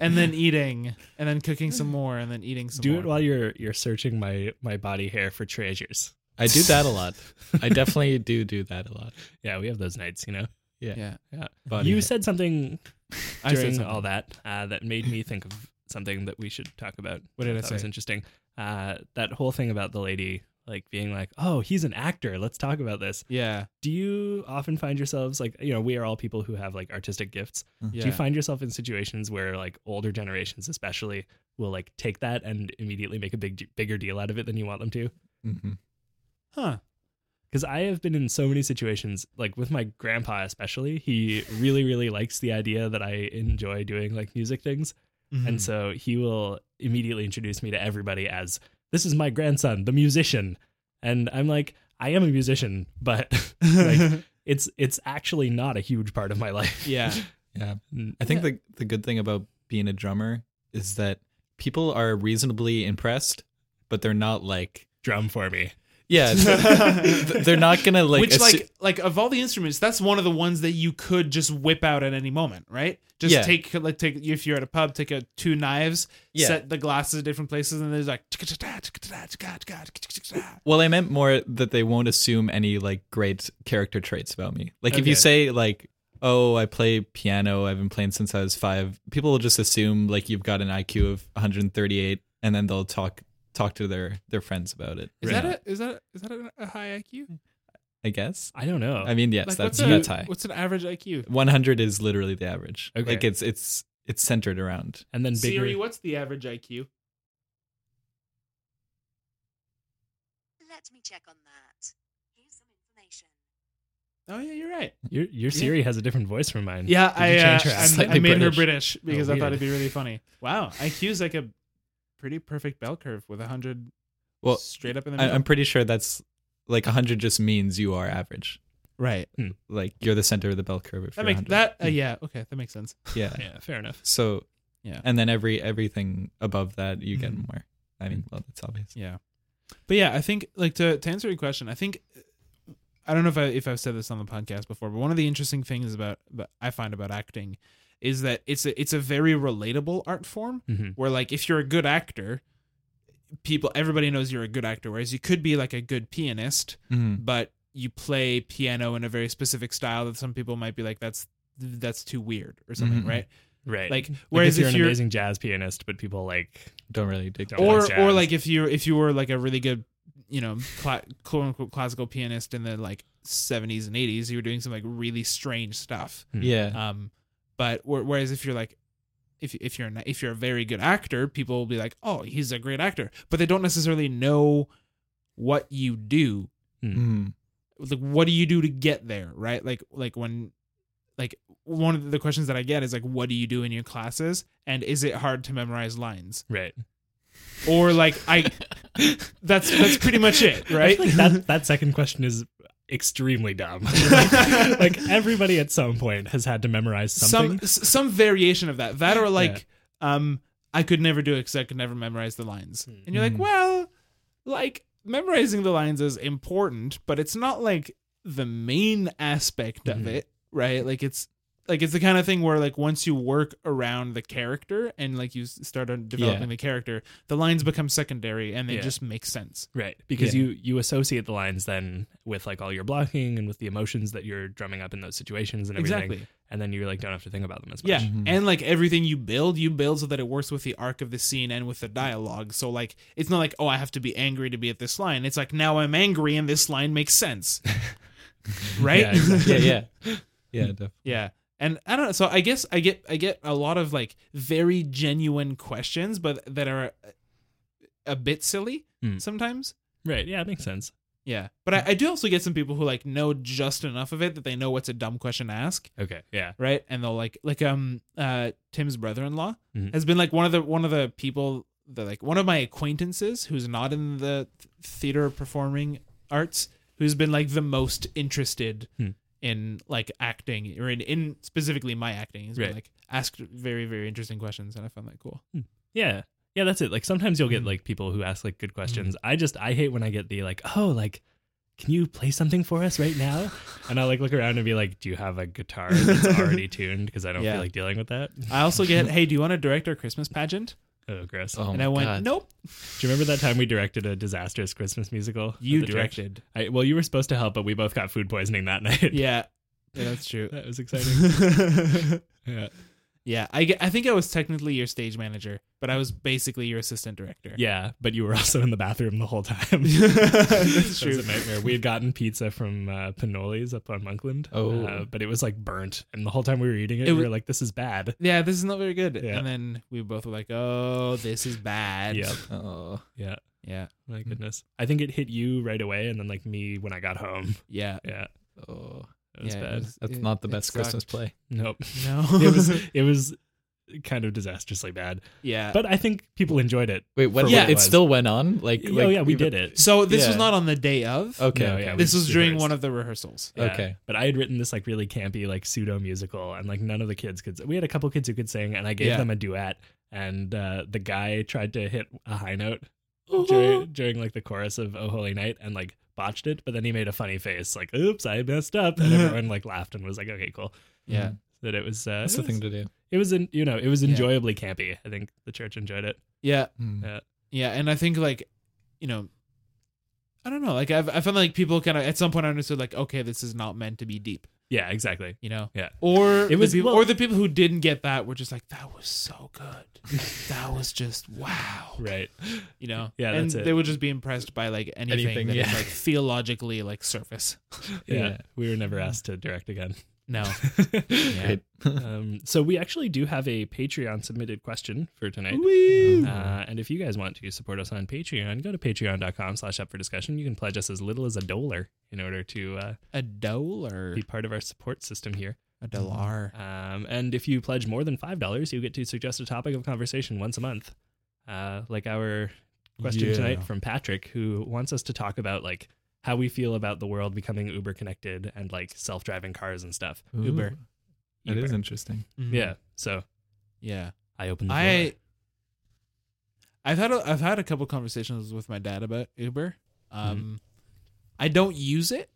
Speaker 2: and then eating, and then cooking some more, and then eating some
Speaker 1: Do
Speaker 2: more.
Speaker 1: it while you're you're searching my my body hair for treasures.
Speaker 3: I do that a lot. I definitely do do that a lot.
Speaker 1: Yeah, we have those nights, you know.
Speaker 2: yeah,
Speaker 1: Yeah.
Speaker 3: Body
Speaker 1: you
Speaker 3: hair.
Speaker 1: said something
Speaker 2: I said
Speaker 1: during
Speaker 2: something.
Speaker 1: all that uh, that made me think of something that we should talk about.
Speaker 2: What did I
Speaker 1: That was
Speaker 2: say?
Speaker 1: interesting. Uh, that whole thing about the lady like being like, oh, he's an actor. Let's talk about this.
Speaker 2: Yeah.
Speaker 1: Do you often find yourselves like, you know, we are all people who have like artistic gifts.
Speaker 2: yeah.
Speaker 1: Do you find yourself in situations where like older generations, especially, will like take that and immediately make a big, bigger deal out of it than you want them to?
Speaker 3: hmm
Speaker 2: huh.
Speaker 1: because I have been in so many situations, like with my grandpa especially. He really, really likes the idea that I enjoy doing like music things,
Speaker 2: Hmm.
Speaker 1: and so he will immediately introduce me to everybody as this is my grandson, the musician, and I'm like, I am a musician, but like, it's it's actually not a huge part of my life.
Speaker 2: yeah.
Speaker 3: Yeah. I think the the good thing about being a drummer is that people are reasonably impressed, but they're not like
Speaker 1: drum for me.
Speaker 3: yeah, they're not gonna like
Speaker 2: Which
Speaker 3: assu-
Speaker 2: like like of all the instruments, that's one of the ones that you could just whip out at any moment, right? Just
Speaker 3: Yeah.
Speaker 2: take like take if you're at a pub, take a two knives,
Speaker 3: Yeah.
Speaker 2: set the glasses at different places, and there's like "Tsk-tsk-tsk-tsk, tsk-tsk-tsk, tsk-tsk-tsk."
Speaker 3: Well, I meant more that they won't assume any like great character traits about me. Like if
Speaker 2: Okay.
Speaker 3: you say like, "Oh, I play piano. I've been playing since I was five, people will just assume like you've got an IQ of 138, and then they'll talk talk to their their friends about it.
Speaker 2: Is
Speaker 1: Right.
Speaker 2: that a, is that is that a- a high IQ?
Speaker 3: I guess.
Speaker 1: I don't know.
Speaker 3: I mean, yes,
Speaker 2: Oh. Like,
Speaker 3: that's
Speaker 2: what's a-
Speaker 3: that's high.
Speaker 2: What's an average IQ?
Speaker 3: 100 is literally the average.
Speaker 1: Okay.
Speaker 3: Like it's it's it's centered around.
Speaker 1: and then bigger.
Speaker 2: Siri, what's the average IQ?
Speaker 4: Let me check on that. Here's some information.
Speaker 2: Oh yeah, you're right.
Speaker 1: your your Siri has a different voice from mine.
Speaker 2: Yeah,
Speaker 1: Did you
Speaker 2: I, uh,
Speaker 1: change her
Speaker 2: I'm-
Speaker 1: accent?
Speaker 2: I
Speaker 3: Slightly
Speaker 2: made her
Speaker 3: British.
Speaker 2: British because I
Speaker 1: weird.
Speaker 2: thought it'd be really funny. Wow, IQ is like a pretty perfect bell curve with a hundred
Speaker 3: Well,
Speaker 2: straight up in the
Speaker 3: I,
Speaker 2: middle.
Speaker 3: I'm pretty sure that's like 100 just means you are average.
Speaker 2: right.
Speaker 3: Like you're the center of the bell curve. If
Speaker 2: That
Speaker 3: you're
Speaker 2: makes
Speaker 3: 100.
Speaker 2: that uh, yeah okay that makes sense.
Speaker 3: yeah.
Speaker 1: Yeah, fair enough.
Speaker 3: So
Speaker 2: Yeah.
Speaker 3: and then every everything above that you get
Speaker 1: Mm-hmm.
Speaker 3: more. I mean, well, that's obvious.
Speaker 2: Yeah, but yeah, I think like to to answer your question, I think I don't know if I if I've said this on the podcast before, but one of the interesting things about that I find about acting is that it's a it's a very relatable art form
Speaker 1: Mhm.
Speaker 2: where like if you're a good actor, people everybody knows you're a good actor, whereas you could be like a good pianist
Speaker 1: Mm-hmm.
Speaker 2: but you play piano in a very specific style that some people might be like that's that's too weird or something
Speaker 3: Mhm.
Speaker 2: right
Speaker 1: Right.
Speaker 2: like
Speaker 1: Like
Speaker 2: whereas
Speaker 1: if you're
Speaker 2: if
Speaker 1: an
Speaker 2: you're,
Speaker 1: amazing jazz pianist, but people like
Speaker 3: Don't really dig
Speaker 1: Don't
Speaker 3: that.
Speaker 2: or
Speaker 1: like
Speaker 2: or
Speaker 1: jazz.
Speaker 2: like if you if you were like a really good you know cla- quote unquote classical pianist in the like 70s and 80s you were doing some like really strange stuff
Speaker 3: yeah.
Speaker 2: um but wh- whereas if you're like if if you're not, if you're a very good actor people will be like oh he's a great actor but they don't necessarily know what you do
Speaker 1: Mm-hmm.
Speaker 3: Mhm.
Speaker 2: like what do you do to get there right like like when like one of the questions that i get is like what do you do in your classes and is it hard to memorize lines
Speaker 1: right.
Speaker 2: or like i that's that's pretty much it
Speaker 1: I
Speaker 2: right
Speaker 1: feel like that that second question is extremely dumb. like, like, everybody at some point has had to memorize
Speaker 2: some
Speaker 1: something.
Speaker 2: s- some variation of that that or like um i could never do it because i could never memorize the lines
Speaker 1: Hmm.
Speaker 2: and you're like
Speaker 3: Mm.
Speaker 2: well like memorizing the lines is important but it's not like the main aspect of
Speaker 1: Mhm.
Speaker 2: it right like it's like it's the kind of thing where like once you work around the character and like you s- start on developing
Speaker 3: Yeah.
Speaker 2: the character the lines become secondary and they
Speaker 1: Yeah.
Speaker 2: just make sense
Speaker 1: Right, because
Speaker 3: Yeah.
Speaker 1: you you associate the lines then with like all your blocking and with the emotions that you're drumming up in those situations and everything,
Speaker 2: exactly
Speaker 1: and then you like don't have to think about them as much.
Speaker 2: Yeah,
Speaker 3: Mhm.
Speaker 2: and like everything you build, you build so that it works with the arc of the scene and with the dialogue. So like, it's not like oh, I have to be angry to be at this line. It's like now I'm angry and this line makes sense, right?
Speaker 1: Yeah, exactly.
Speaker 3: yeah, yeah,
Speaker 1: Mm-hmm.
Speaker 3: yeah, def-
Speaker 2: Yeah. And I don't know. So I guess I get I get a lot of like very genuine questions, but that are a bit silly
Speaker 1: Hmm.
Speaker 2: sometimes.
Speaker 1: Right, yeah, it makes sense.
Speaker 2: Yeah, but I, I do also get some people who like know just enough of it that they know what's a dumb question to ask.
Speaker 1: Okay, yeah,
Speaker 2: right? And they'll like like um uh Tim's brother-in-law
Speaker 3: Mm-hmm.
Speaker 1: Mhm.
Speaker 2: has been like one of the one of the people that like one of my acquaintances who's not in the th- theater or performing arts who's been like the most interested
Speaker 1: Hmm.
Speaker 2: in like acting or in, in specifically my acting has been
Speaker 1: Right.
Speaker 2: like asked very very interesting questions and I found that cool.
Speaker 1: yeah, yeah. That's it. Like sometimes you'll get
Speaker 2: Mhm.
Speaker 1: like people who ask like good questions. I just I hate when I get the like oh like. Can you play something for us right now? And I'll like look around and be like, "Do you have a guitar that's already tuned?" Because I don't
Speaker 2: Yeah.
Speaker 1: feel like dealing with that.
Speaker 2: I also get hey, do you want to direct our Christmas pageant?
Speaker 1: Oh, gross!
Speaker 3: Oh
Speaker 2: and
Speaker 3: my
Speaker 2: I went
Speaker 3: God.
Speaker 2: nope,
Speaker 1: Do you remember that time we directed a disastrous Christmas musical? at
Speaker 2: you
Speaker 1: the church?
Speaker 2: directed.
Speaker 1: I, well, you were supposed to help, but we both got food poisoning that night.
Speaker 2: Yeah. Yeah, that's true.
Speaker 1: that was exciting. Yeah.
Speaker 2: Yeah, I, ge- I think I was technically your stage manager, but I was basically your assistant director.
Speaker 1: Yeah, but you were also in the bathroom the whole time.
Speaker 2: That's
Speaker 1: It
Speaker 2: true.
Speaker 1: was a nightmare. We had gotten pizza from uh, Pinoli's up on Monkland.
Speaker 3: Oh.
Speaker 1: Uh, but it was like burnt. And the whole time we were eating it,
Speaker 2: It
Speaker 1: we
Speaker 2: wa-
Speaker 1: were like, this is bad.
Speaker 2: Yeah, this is not very good.
Speaker 1: Yeah.
Speaker 2: And then we both were like, "Oh, this is bad."
Speaker 1: Yeah.
Speaker 3: Oh,
Speaker 1: Yeah.
Speaker 2: Yeah. Mm.
Speaker 1: My goodness. I think it hit you right away and then like me when I got home.
Speaker 2: Yeah.
Speaker 1: Yeah.
Speaker 3: oh,
Speaker 1: It was
Speaker 2: Yeah, it
Speaker 1: bad.
Speaker 2: was-
Speaker 3: that's
Speaker 2: It-
Speaker 3: not the
Speaker 2: it
Speaker 3: best Christmas
Speaker 2: sucked.
Speaker 3: play.
Speaker 1: Nope.
Speaker 2: No.
Speaker 1: It was it was kind of disastrously bad.
Speaker 2: yeah.
Speaker 1: But I think people enjoyed it.
Speaker 3: Wait, what?
Speaker 1: For
Speaker 2: what
Speaker 3: Yeah,
Speaker 2: it
Speaker 3: it
Speaker 1: was.
Speaker 3: still went on. Like,
Speaker 1: oh
Speaker 3: like,
Speaker 1: yeah, we
Speaker 3: even-
Speaker 1: did it.
Speaker 2: so this
Speaker 3: Yeah.
Speaker 2: was not on the day of.
Speaker 3: Okay,
Speaker 1: No,
Speaker 3: okay.
Speaker 1: yeah, we
Speaker 2: this was
Speaker 1: just
Speaker 2: during
Speaker 1: rehearsed.
Speaker 2: one of the rehearsals.
Speaker 1: Yeah.
Speaker 3: Okay.
Speaker 1: But I had written this like really campy, like pseudo musical, and like none of the kids could. We had a couple kids who could sing, and I gave
Speaker 2: Yeah.
Speaker 1: them a duet. And uh, the guy tried to hit a high note during, during like the chorus of "Oh Holy Night" and like botched it. But then he made a funny face, like "Oops, I messed up," and everyone like laughed and was like, "Okay, cool."
Speaker 2: Yeah.
Speaker 1: That it was. Uh,
Speaker 3: Mm-hmm. That's
Speaker 1: it
Speaker 3: the
Speaker 1: was-
Speaker 3: thing to do.
Speaker 1: It was, in, you know, it was
Speaker 2: Yeah.
Speaker 1: enjoyably campy. I think the church enjoyed it.
Speaker 2: Yeah.
Speaker 3: Mm.
Speaker 2: Yeah, and I think like, you know, I don't know. Like I've I found like people kind of at some point I understood like, okay, this is not meant to be deep.
Speaker 1: Yeah, exactly.
Speaker 2: You know.
Speaker 1: Yeah.
Speaker 2: Or
Speaker 1: It
Speaker 2: it
Speaker 1: was-
Speaker 2: was
Speaker 1: well-
Speaker 2: or the people who didn't get that were just like, that was so good. that was just wow.
Speaker 1: Right.
Speaker 2: You know.
Speaker 1: Yeah,
Speaker 2: And
Speaker 1: that's it.
Speaker 2: they would just be impressed by like anything,
Speaker 3: Anything,
Speaker 2: that
Speaker 3: yeah.
Speaker 2: is like theologically like surface.
Speaker 1: Yeah.
Speaker 3: Yeah.
Speaker 1: We were never asked to direct again.
Speaker 2: No.
Speaker 3: Great.
Speaker 1: Um, so we actually do have a Patreon submitted question for tonight. Uh, and if you guys want to support us on Patreon, go to patreon.com slash up for discussion. You can pledge us as little as a dollar in order to uh,
Speaker 2: A dollar.
Speaker 1: be part of our support system here.
Speaker 2: A dollar.
Speaker 1: Um, and if you pledge more than $5, you get to suggest a topic of conversation once a month. Uh, like our question
Speaker 3: Yeah.
Speaker 1: tonight from Patrick, who wants us to talk about like how we feel about the world becoming Uber connected and like self-driving cars and stuff.
Speaker 3: Ooh,
Speaker 2: Uber.
Speaker 3: That
Speaker 1: Uber.
Speaker 3: is interesting.
Speaker 2: Mhm.
Speaker 1: Mm-hmm. Yeah. So
Speaker 2: Yeah.
Speaker 1: I opened the floor.
Speaker 2: I I've had a, I've had a couple conversations with my dad about Uber. Um, I don't use it,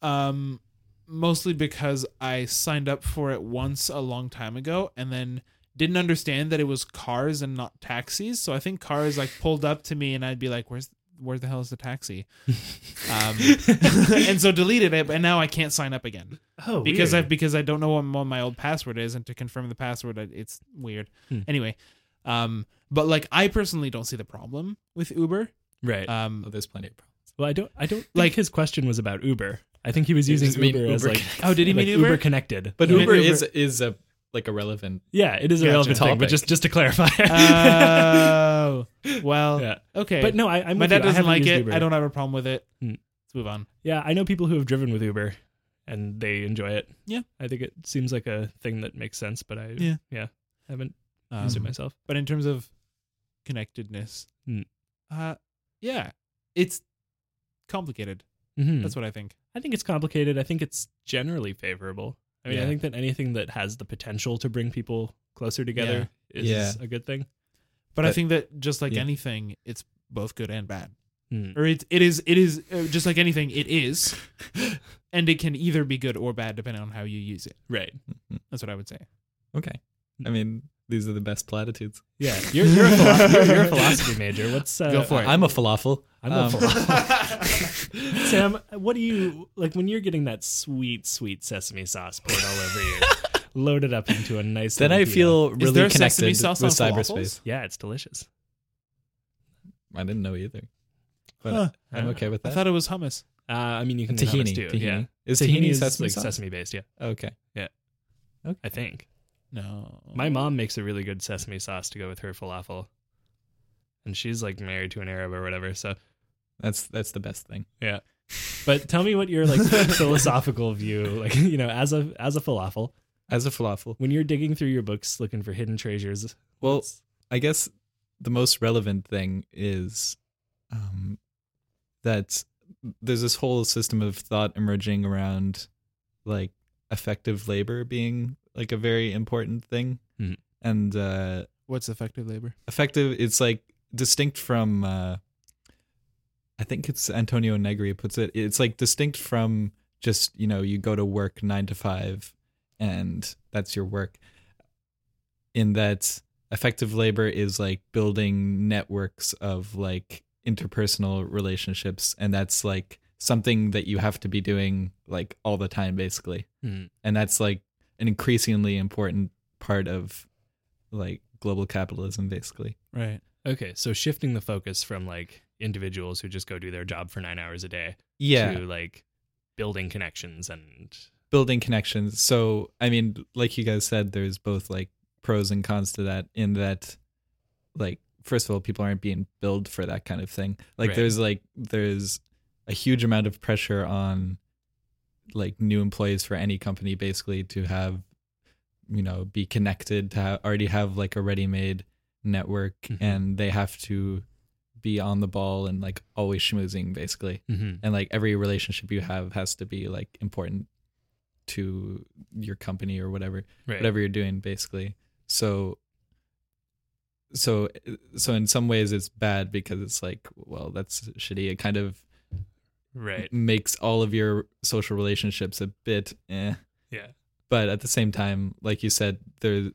Speaker 2: um, mostly because I signed up for it once a long time ago, and then didn't understand that it was cars and not taxis. So I think cars like pulled up to me, and I'd be like, "Where's where the hell is the taxi?" um, and so deleted it, and now I can't sign up again
Speaker 1: Oh,
Speaker 2: because
Speaker 1: weird.
Speaker 2: I because I don't know what, what my old password is, and to confirm the password, I- it's weird.
Speaker 1: Hmm.
Speaker 2: Anyway, um, but like I personally don't see the problem with Uber.
Speaker 1: right.
Speaker 3: Oh,
Speaker 2: Um,
Speaker 3: there's plenty of problems.
Speaker 1: Well, I don't. I don't like
Speaker 2: Like-
Speaker 1: his question was about Uber. I think he was
Speaker 3: It
Speaker 1: using
Speaker 3: just mean
Speaker 1: Uber, as
Speaker 3: Uber
Speaker 1: like
Speaker 2: oh, did he
Speaker 1: like
Speaker 2: mean Uber?
Speaker 1: connected.
Speaker 3: But
Speaker 2: You mean
Speaker 3: Uber,
Speaker 2: Uber-
Speaker 3: is is a like a relevant.
Speaker 1: yeah, it is a
Speaker 2: Gotcha.
Speaker 1: relevant thing. But
Speaker 3: Topic.
Speaker 1: just just to clarify,
Speaker 2: Oh, well,
Speaker 1: yeah.
Speaker 2: okay.
Speaker 1: But no, I, I'm
Speaker 2: my
Speaker 1: with
Speaker 2: dad
Speaker 1: you. I
Speaker 2: doesn't
Speaker 1: haven't
Speaker 2: like
Speaker 1: used
Speaker 2: it.
Speaker 1: Uber.
Speaker 2: I don't have a problem with it.
Speaker 1: Hmm.
Speaker 2: Let's move on.
Speaker 1: Yeah, I know people who have driven with Uber, and they enjoy it.
Speaker 2: Yeah.
Speaker 1: I think it seems like a thing that makes sense. But I
Speaker 2: Yeah.
Speaker 1: haven't
Speaker 2: Um,
Speaker 1: used it myself.
Speaker 2: but in terms of connectedness,
Speaker 1: Hmm.
Speaker 2: uh, yeah, it's complicated.
Speaker 1: Mhm.
Speaker 2: That's what I think.
Speaker 1: I think it's complicated. I think it's generally favorable. I mean, I
Speaker 2: Yeah.
Speaker 1: think that anything that has the potential to bring people closer together is
Speaker 3: Yeah.
Speaker 1: a good thing.
Speaker 2: But I
Speaker 3: But-
Speaker 2: think that just like
Speaker 3: yeah.
Speaker 2: anything, it's both good and bad.
Speaker 1: Hmm.
Speaker 2: Or it it is it is uh, just like anything, it is, and it can either be good or bad depending on how you use it.
Speaker 1: Right.
Speaker 2: That's what I would say.
Speaker 3: Okay. I mean, these are the best platitudes.
Speaker 1: Yeah, you're, you're, a, philo- you're, you're a philosophy major. What's uh,
Speaker 2: Go for it.
Speaker 3: I'm a falafel.
Speaker 1: I'm a
Speaker 3: Um,
Speaker 1: philosopher. Sam, what do you like when you're getting that sweet, sweet sesame sauce poured all over you, loaded up into a nice?
Speaker 3: Then
Speaker 1: little
Speaker 3: I
Speaker 1: pita?
Speaker 3: feel really
Speaker 2: there
Speaker 3: connected
Speaker 2: sesame sauce
Speaker 3: with
Speaker 2: on falafels?
Speaker 3: cyberspace.
Speaker 1: yeah, it's delicious.
Speaker 3: I didn't know either, but
Speaker 2: Huh.
Speaker 3: I'm okay with
Speaker 2: I
Speaker 3: that.
Speaker 2: thought it was hummus.
Speaker 1: Uh, I mean, you can do hummus
Speaker 3: tahini.
Speaker 1: too.
Speaker 3: tahini.
Speaker 1: Yeah,
Speaker 3: Is
Speaker 1: tahini,
Speaker 3: tahini,
Speaker 1: is
Speaker 3: sesame
Speaker 1: like
Speaker 3: sauce?
Speaker 1: sesame based. Yeah,
Speaker 3: Okay.
Speaker 1: I think
Speaker 2: No,
Speaker 3: Oh.
Speaker 1: my mom makes a really good sesame sauce to go with her falafel, and she's like married to an Arab or whatever. So,
Speaker 3: That's that's the best thing.
Speaker 1: but tell me what your like philosophical view, like you know, as a as a falafel,
Speaker 3: As a falafel.
Speaker 1: when you're digging through your books looking for hidden treasures.
Speaker 3: Well,
Speaker 1: what's-
Speaker 3: I guess the most relevant thing is um, that there's this whole system of thought emerging around like effective labor being like a very important thing,
Speaker 1: Mhm.
Speaker 3: and uh,
Speaker 2: What's effective labor?
Speaker 3: effective it's like distinct from uh i think it's antonio negri puts it it's like distinct from just you know you go to work nine to five and that's your work in that effective labor is like building networks of like interpersonal relationships and that's like something that you have to be doing like all the time basically
Speaker 1: Hmm.
Speaker 3: and that's like an increasingly important part of like global capitalism, basically.
Speaker 2: Right.
Speaker 1: Okay, so shifting the focus from like individuals who just go do their job for nine hours a day to like building connections and
Speaker 3: building connections. So, I mean, like you guys said, there's both like pros and cons to that, in that, like, first of all, people aren't being billed for that kind of thing. Like,
Speaker 1: Right.
Speaker 3: there's like, there's a huge amount of pressure on like new employees for any company basically to have, you know, be connected, to ha- already have like a ready made network,
Speaker 1: Mhm.
Speaker 3: and they have to be on the ball and like always schmoozing basically
Speaker 1: mm-hmm.
Speaker 3: and like every relationship you have has to be like important to your company or whatever
Speaker 1: right.
Speaker 3: whatever you're doing basically so so so in some ways it's bad because it's like well that's shitty it kind of
Speaker 1: right.
Speaker 3: makes all of your social relationships a bit eh
Speaker 1: Yeah.
Speaker 3: but at the same time like you said there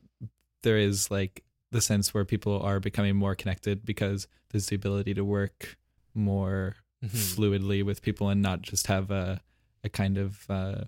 Speaker 3: there is like the sense where people are becoming more connected because there's the ability to work more
Speaker 1: Mhm.
Speaker 3: fluidly with people and not just have a a kind of uh,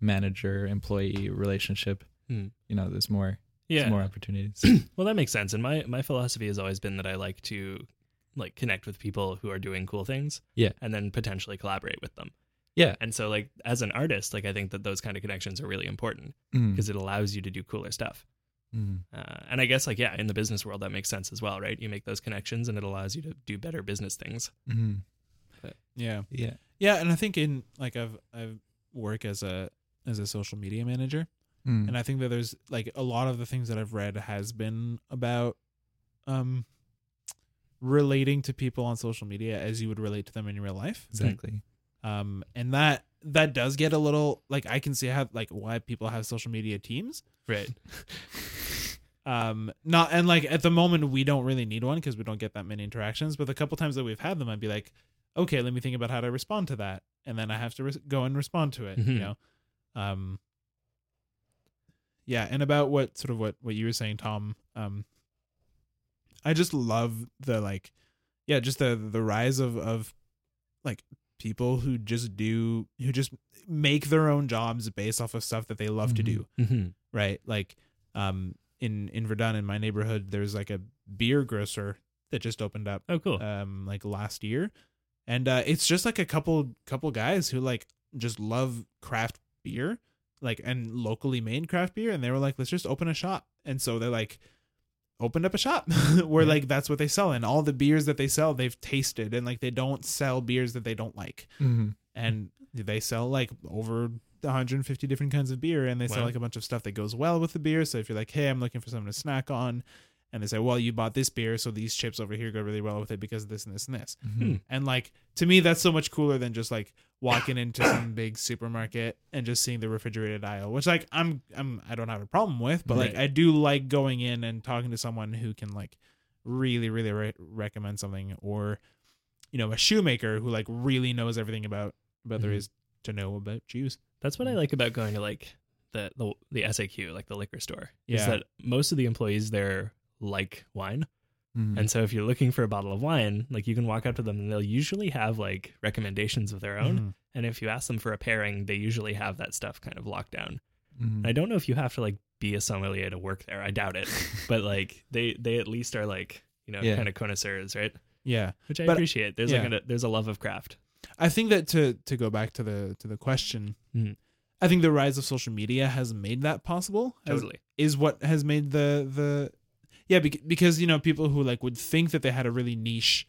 Speaker 3: manager employee relationship.
Speaker 1: Hmm.
Speaker 3: You know, there's more
Speaker 1: Yeah.
Speaker 3: there's more opportunities.
Speaker 1: Well, that makes sense. And my my philosophy has always been that I like to like connect with people who are doing cool things.
Speaker 3: Yeah.
Speaker 1: And then potentially collaborate with them.
Speaker 3: Yeah.
Speaker 1: And so like as an artist, like I think that those kind of connections are really important
Speaker 3: Mm,
Speaker 1: because it allows you to do cooler stuff.
Speaker 3: mm,
Speaker 1: Uh, and I guess like yeah, in the business world that makes sense as well, right? You make those connections and it allows you to do better business things.
Speaker 3: mm.
Speaker 2: Yeah.
Speaker 3: Yeah.
Speaker 2: Yeah, and I think in like I've I've work as a as a social media manager,
Speaker 3: Mm.
Speaker 2: and I think that there's like a lot of the things that I've read has been about um relating to people on social media as you would relate to them in real life.
Speaker 3: exactly.
Speaker 2: Um and that that does get a little like I can see how like why people have social media teams.
Speaker 1: Right.
Speaker 2: Um not and like at the moment we don't really need one because we don't get that many interactions, but the couple times that we've had them I'd be like, "Okay, let me think about how to respond to that." And then I have to res- go and respond to it,
Speaker 1: Mhm.
Speaker 2: you know. Um Yeah, and about what sort of what what you were saying Tom, um I just love the like yeah, just the the rise of of like people who just do who just make their own jobs based off of stuff that they love to
Speaker 3: Mhm.
Speaker 2: do
Speaker 1: Mm-hmm.
Speaker 2: right? Like um in in Verdun in my neighborhood there's like a beer grocer that just opened up
Speaker 1: Oh, cool.
Speaker 2: um like last year. And uh it's just like a couple couple guys who like just love craft beer, like and locally made craft beer and they were like let's just open a shop. And so they like opened up a shop where like that's what they sell and all the beers that they sell they've tasted and like they don't sell beers that they don't like
Speaker 1: Hmm.
Speaker 3: Mhm.
Speaker 2: and they sell like over 150 different kinds of beer and they sell
Speaker 1: Wow.
Speaker 2: like a bunch of stuff that goes well with the beer so if you're like hey i'm looking for something to snack on and they say well you bought this beer so these chips over here go really well with it because of this and this and this
Speaker 1: Hmm.
Speaker 3: Mhm.
Speaker 2: and like to me that's so much cooler than just like walking into some big supermarket and just seeing the refrigerated aisle which like i'm i'm i don't have a problem with but like
Speaker 1: Right.
Speaker 2: i do like going in and talking to someone who can like really really re- recommend something or you know a shoemaker who like really knows everything about about there
Speaker 1: Mhm.
Speaker 2: is to know about shoes
Speaker 1: That's what I like about going to like the the, the SAQ, like the liquor store. Is
Speaker 2: Yeah.
Speaker 1: that most of the employees there like wine.
Speaker 3: Mm.
Speaker 1: And so if you're looking for a bottle of wine, like you can walk up to them and they'll usually have like recommendations of their own.
Speaker 2: Mm-hmm.
Speaker 1: And if you ask them for a pairing, they usually have that stuff kind of locked down.
Speaker 3: Mhm.
Speaker 1: And I don't know if you have to like be a sommelier to work there. I doubt it. but like they they at least are like, you know,
Speaker 3: Yeah.
Speaker 1: kind of connoisseurs, right?
Speaker 2: yeah
Speaker 1: Which I
Speaker 2: But-
Speaker 1: appreciate. There's like
Speaker 2: yeah.
Speaker 1: a there's a love of craft.
Speaker 2: I think that to to go back to the to the question,
Speaker 1: Mhm.
Speaker 2: I think the rise of social media has made that possible. has-
Speaker 1: Totally.
Speaker 2: is what has made the the yeah bec- because you know people who like would think that they had a really niche,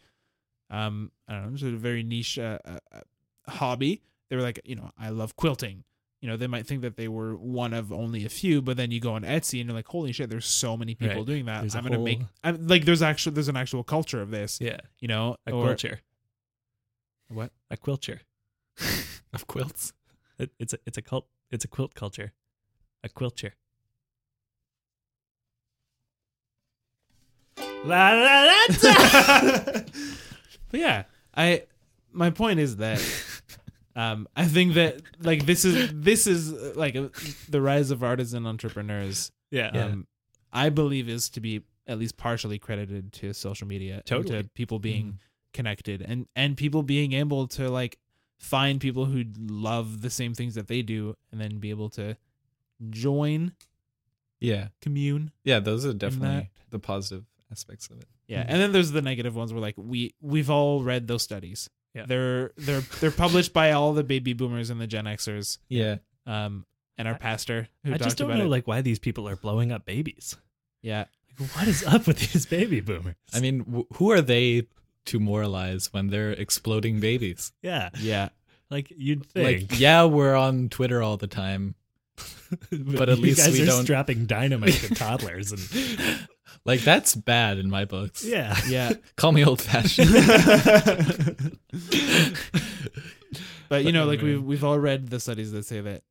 Speaker 2: um I don't know, just a very niche uh, uh, uh, hobby. They were like, you know, I love quilting. You know, they might think that they were one of only a few, but then you go on Etsy and you're like, holy shit, there's so many people
Speaker 1: Right.
Speaker 2: doing that.
Speaker 1: There's a
Speaker 2: I'm gonna
Speaker 1: whole-
Speaker 2: make I'm, like there's actually there's an actual culture of this.
Speaker 1: Yeah.
Speaker 2: You know,
Speaker 1: A
Speaker 2: or-
Speaker 1: quilcher.
Speaker 2: What?
Speaker 1: A quilcher.
Speaker 3: of quilts.
Speaker 1: It, it's a it's a cult it's a quilt culture. A quilcher. La la la
Speaker 2: But yeah, I my point is that um, I think that like this is this is uh, like uh, the rise of artisan entrepreneurs.
Speaker 1: Yeah.
Speaker 2: Um, I believe is to be at least partially credited to social media, and
Speaker 1: Totally. Mm-hmm.
Speaker 2: to people being connected and and people being able to like find people who love the same things that they do, and then be able to join
Speaker 3: Yeah.
Speaker 2: commune.
Speaker 3: Yeah, those are definitely
Speaker 2: that-
Speaker 3: the positive aspects of it.
Speaker 2: Yeah,
Speaker 1: Mm-hmm.
Speaker 2: and then there's the negative ones where like we we've all read those studies.
Speaker 1: Yeah.
Speaker 2: They're they're they're published by all the baby boomers and the Gen Xers,
Speaker 3: Yeah.
Speaker 2: um, and our
Speaker 1: I-
Speaker 2: pastor who
Speaker 1: I
Speaker 2: talked
Speaker 1: just don't
Speaker 2: about
Speaker 1: know
Speaker 2: it.
Speaker 1: like why these people are blowing up babies.
Speaker 2: yeah,
Speaker 1: Like, what is up with these baby boomers?
Speaker 3: I mean, wh- who are they to moralize when they're exploding babies?
Speaker 1: yeah,
Speaker 2: yeah,
Speaker 1: like you'd think,
Speaker 3: Like, yeah, we're on Twitter all the time. but at
Speaker 1: you
Speaker 3: least
Speaker 1: guys
Speaker 3: we
Speaker 1: are
Speaker 3: don't-
Speaker 1: strapping dynamite to toddlers and
Speaker 3: Like, that's bad in my books.
Speaker 1: yeah.
Speaker 2: yeah.
Speaker 3: Call me old fashioned. Mm-hmm.
Speaker 2: But you know,
Speaker 1: But,
Speaker 2: like
Speaker 1: I
Speaker 2: we've
Speaker 1: mean-
Speaker 2: we've all read the studies that say that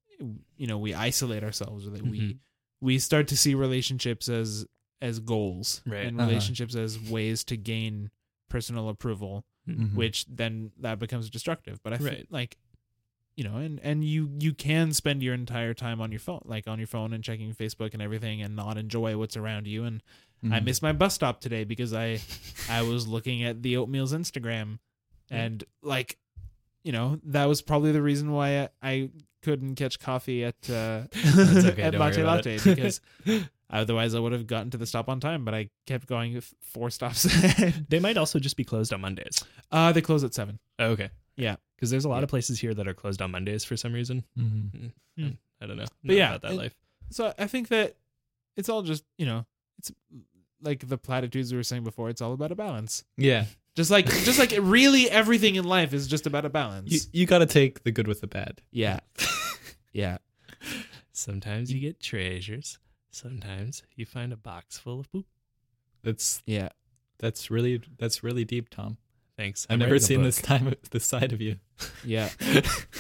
Speaker 2: you know we isolate ourselves, or that we
Speaker 1: Mhm.
Speaker 2: we start to see relationships as as goals,
Speaker 1: Right.
Speaker 2: and
Speaker 3: Uh-huh.
Speaker 2: relationships as ways to gain personal approval, which then that becomes destructive. But I feel
Speaker 1: Mm-hmm. Right.
Speaker 2: like you know, and and you you can spend your entire time on your phone, like on your phone and checking Facebook and everything, and not enjoy what's around you. And
Speaker 3: Mm-hmm.
Speaker 2: I missed my bus stop today because I I was looking at the oatmeal's Instagram and like you know that was probably the reason why I, I couldn't catch coffee at uh
Speaker 3: That's okay,
Speaker 2: at
Speaker 3: don't
Speaker 2: Latte
Speaker 3: worry about
Speaker 2: Latte
Speaker 3: it.
Speaker 2: because otherwise I would have gotten to the stop on time but I kept going f- four stops ahead.
Speaker 1: They might also just be closed on Mondays.
Speaker 2: uh they close at 7.
Speaker 3: Oh,
Speaker 1: okay.
Speaker 2: Yeah.
Speaker 1: Because there's a lot
Speaker 2: Yeah.
Speaker 1: of places here that are closed on Mondays for some reason.
Speaker 3: hmm
Speaker 1: I don't know.
Speaker 2: But
Speaker 1: Not
Speaker 2: yeah,
Speaker 1: about that
Speaker 2: it-
Speaker 1: life.
Speaker 2: So I think that it's all just, you know, it's like the platitudes we were saying before it's all about a balance.
Speaker 3: Yeah.
Speaker 2: Just like just like really everything in life is just about a balance.
Speaker 3: You, you got to take the good with the bad.
Speaker 2: yeah. yeah.
Speaker 1: Sometimes you get treasures. Sometimes you find a box full of poop.
Speaker 3: That's
Speaker 2: Yeah.
Speaker 3: that's really that's really deep, Tom.
Speaker 1: Thanks.
Speaker 3: I've
Speaker 1: I'm
Speaker 3: never
Speaker 1: writing a
Speaker 3: seen
Speaker 1: book.
Speaker 3: this time this side of you.
Speaker 2: Yeah.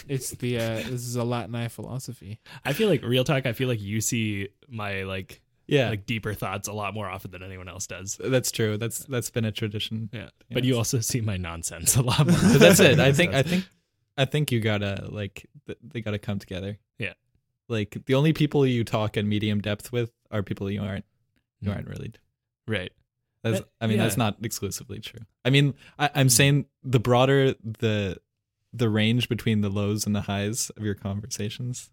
Speaker 2: It's the uh this is a Latin eye philosophy.
Speaker 1: I feel like real talk. I feel like you see my like
Speaker 3: Yeah,
Speaker 1: like deeper thoughts a lot more often than anyone else does.
Speaker 3: that's true. That's that's been a tradition.
Speaker 1: Yeah, but
Speaker 3: Yes.
Speaker 1: you also see my nonsense a lot more.
Speaker 3: But that's it. I
Speaker 1: Yes,
Speaker 3: think I
Speaker 1: yes.
Speaker 3: think I think you gotta like th- they gotta come together.
Speaker 1: Yeah.
Speaker 3: like the only people you talk in medium depth with are people you aren't you
Speaker 1: Mm.
Speaker 3: aren't really.
Speaker 1: right.
Speaker 3: That's
Speaker 1: That-
Speaker 3: I mean that's
Speaker 1: yeah.
Speaker 3: not exclusively true. I mean I, I'm saying the broader the the range between the lows and the highs of your conversations,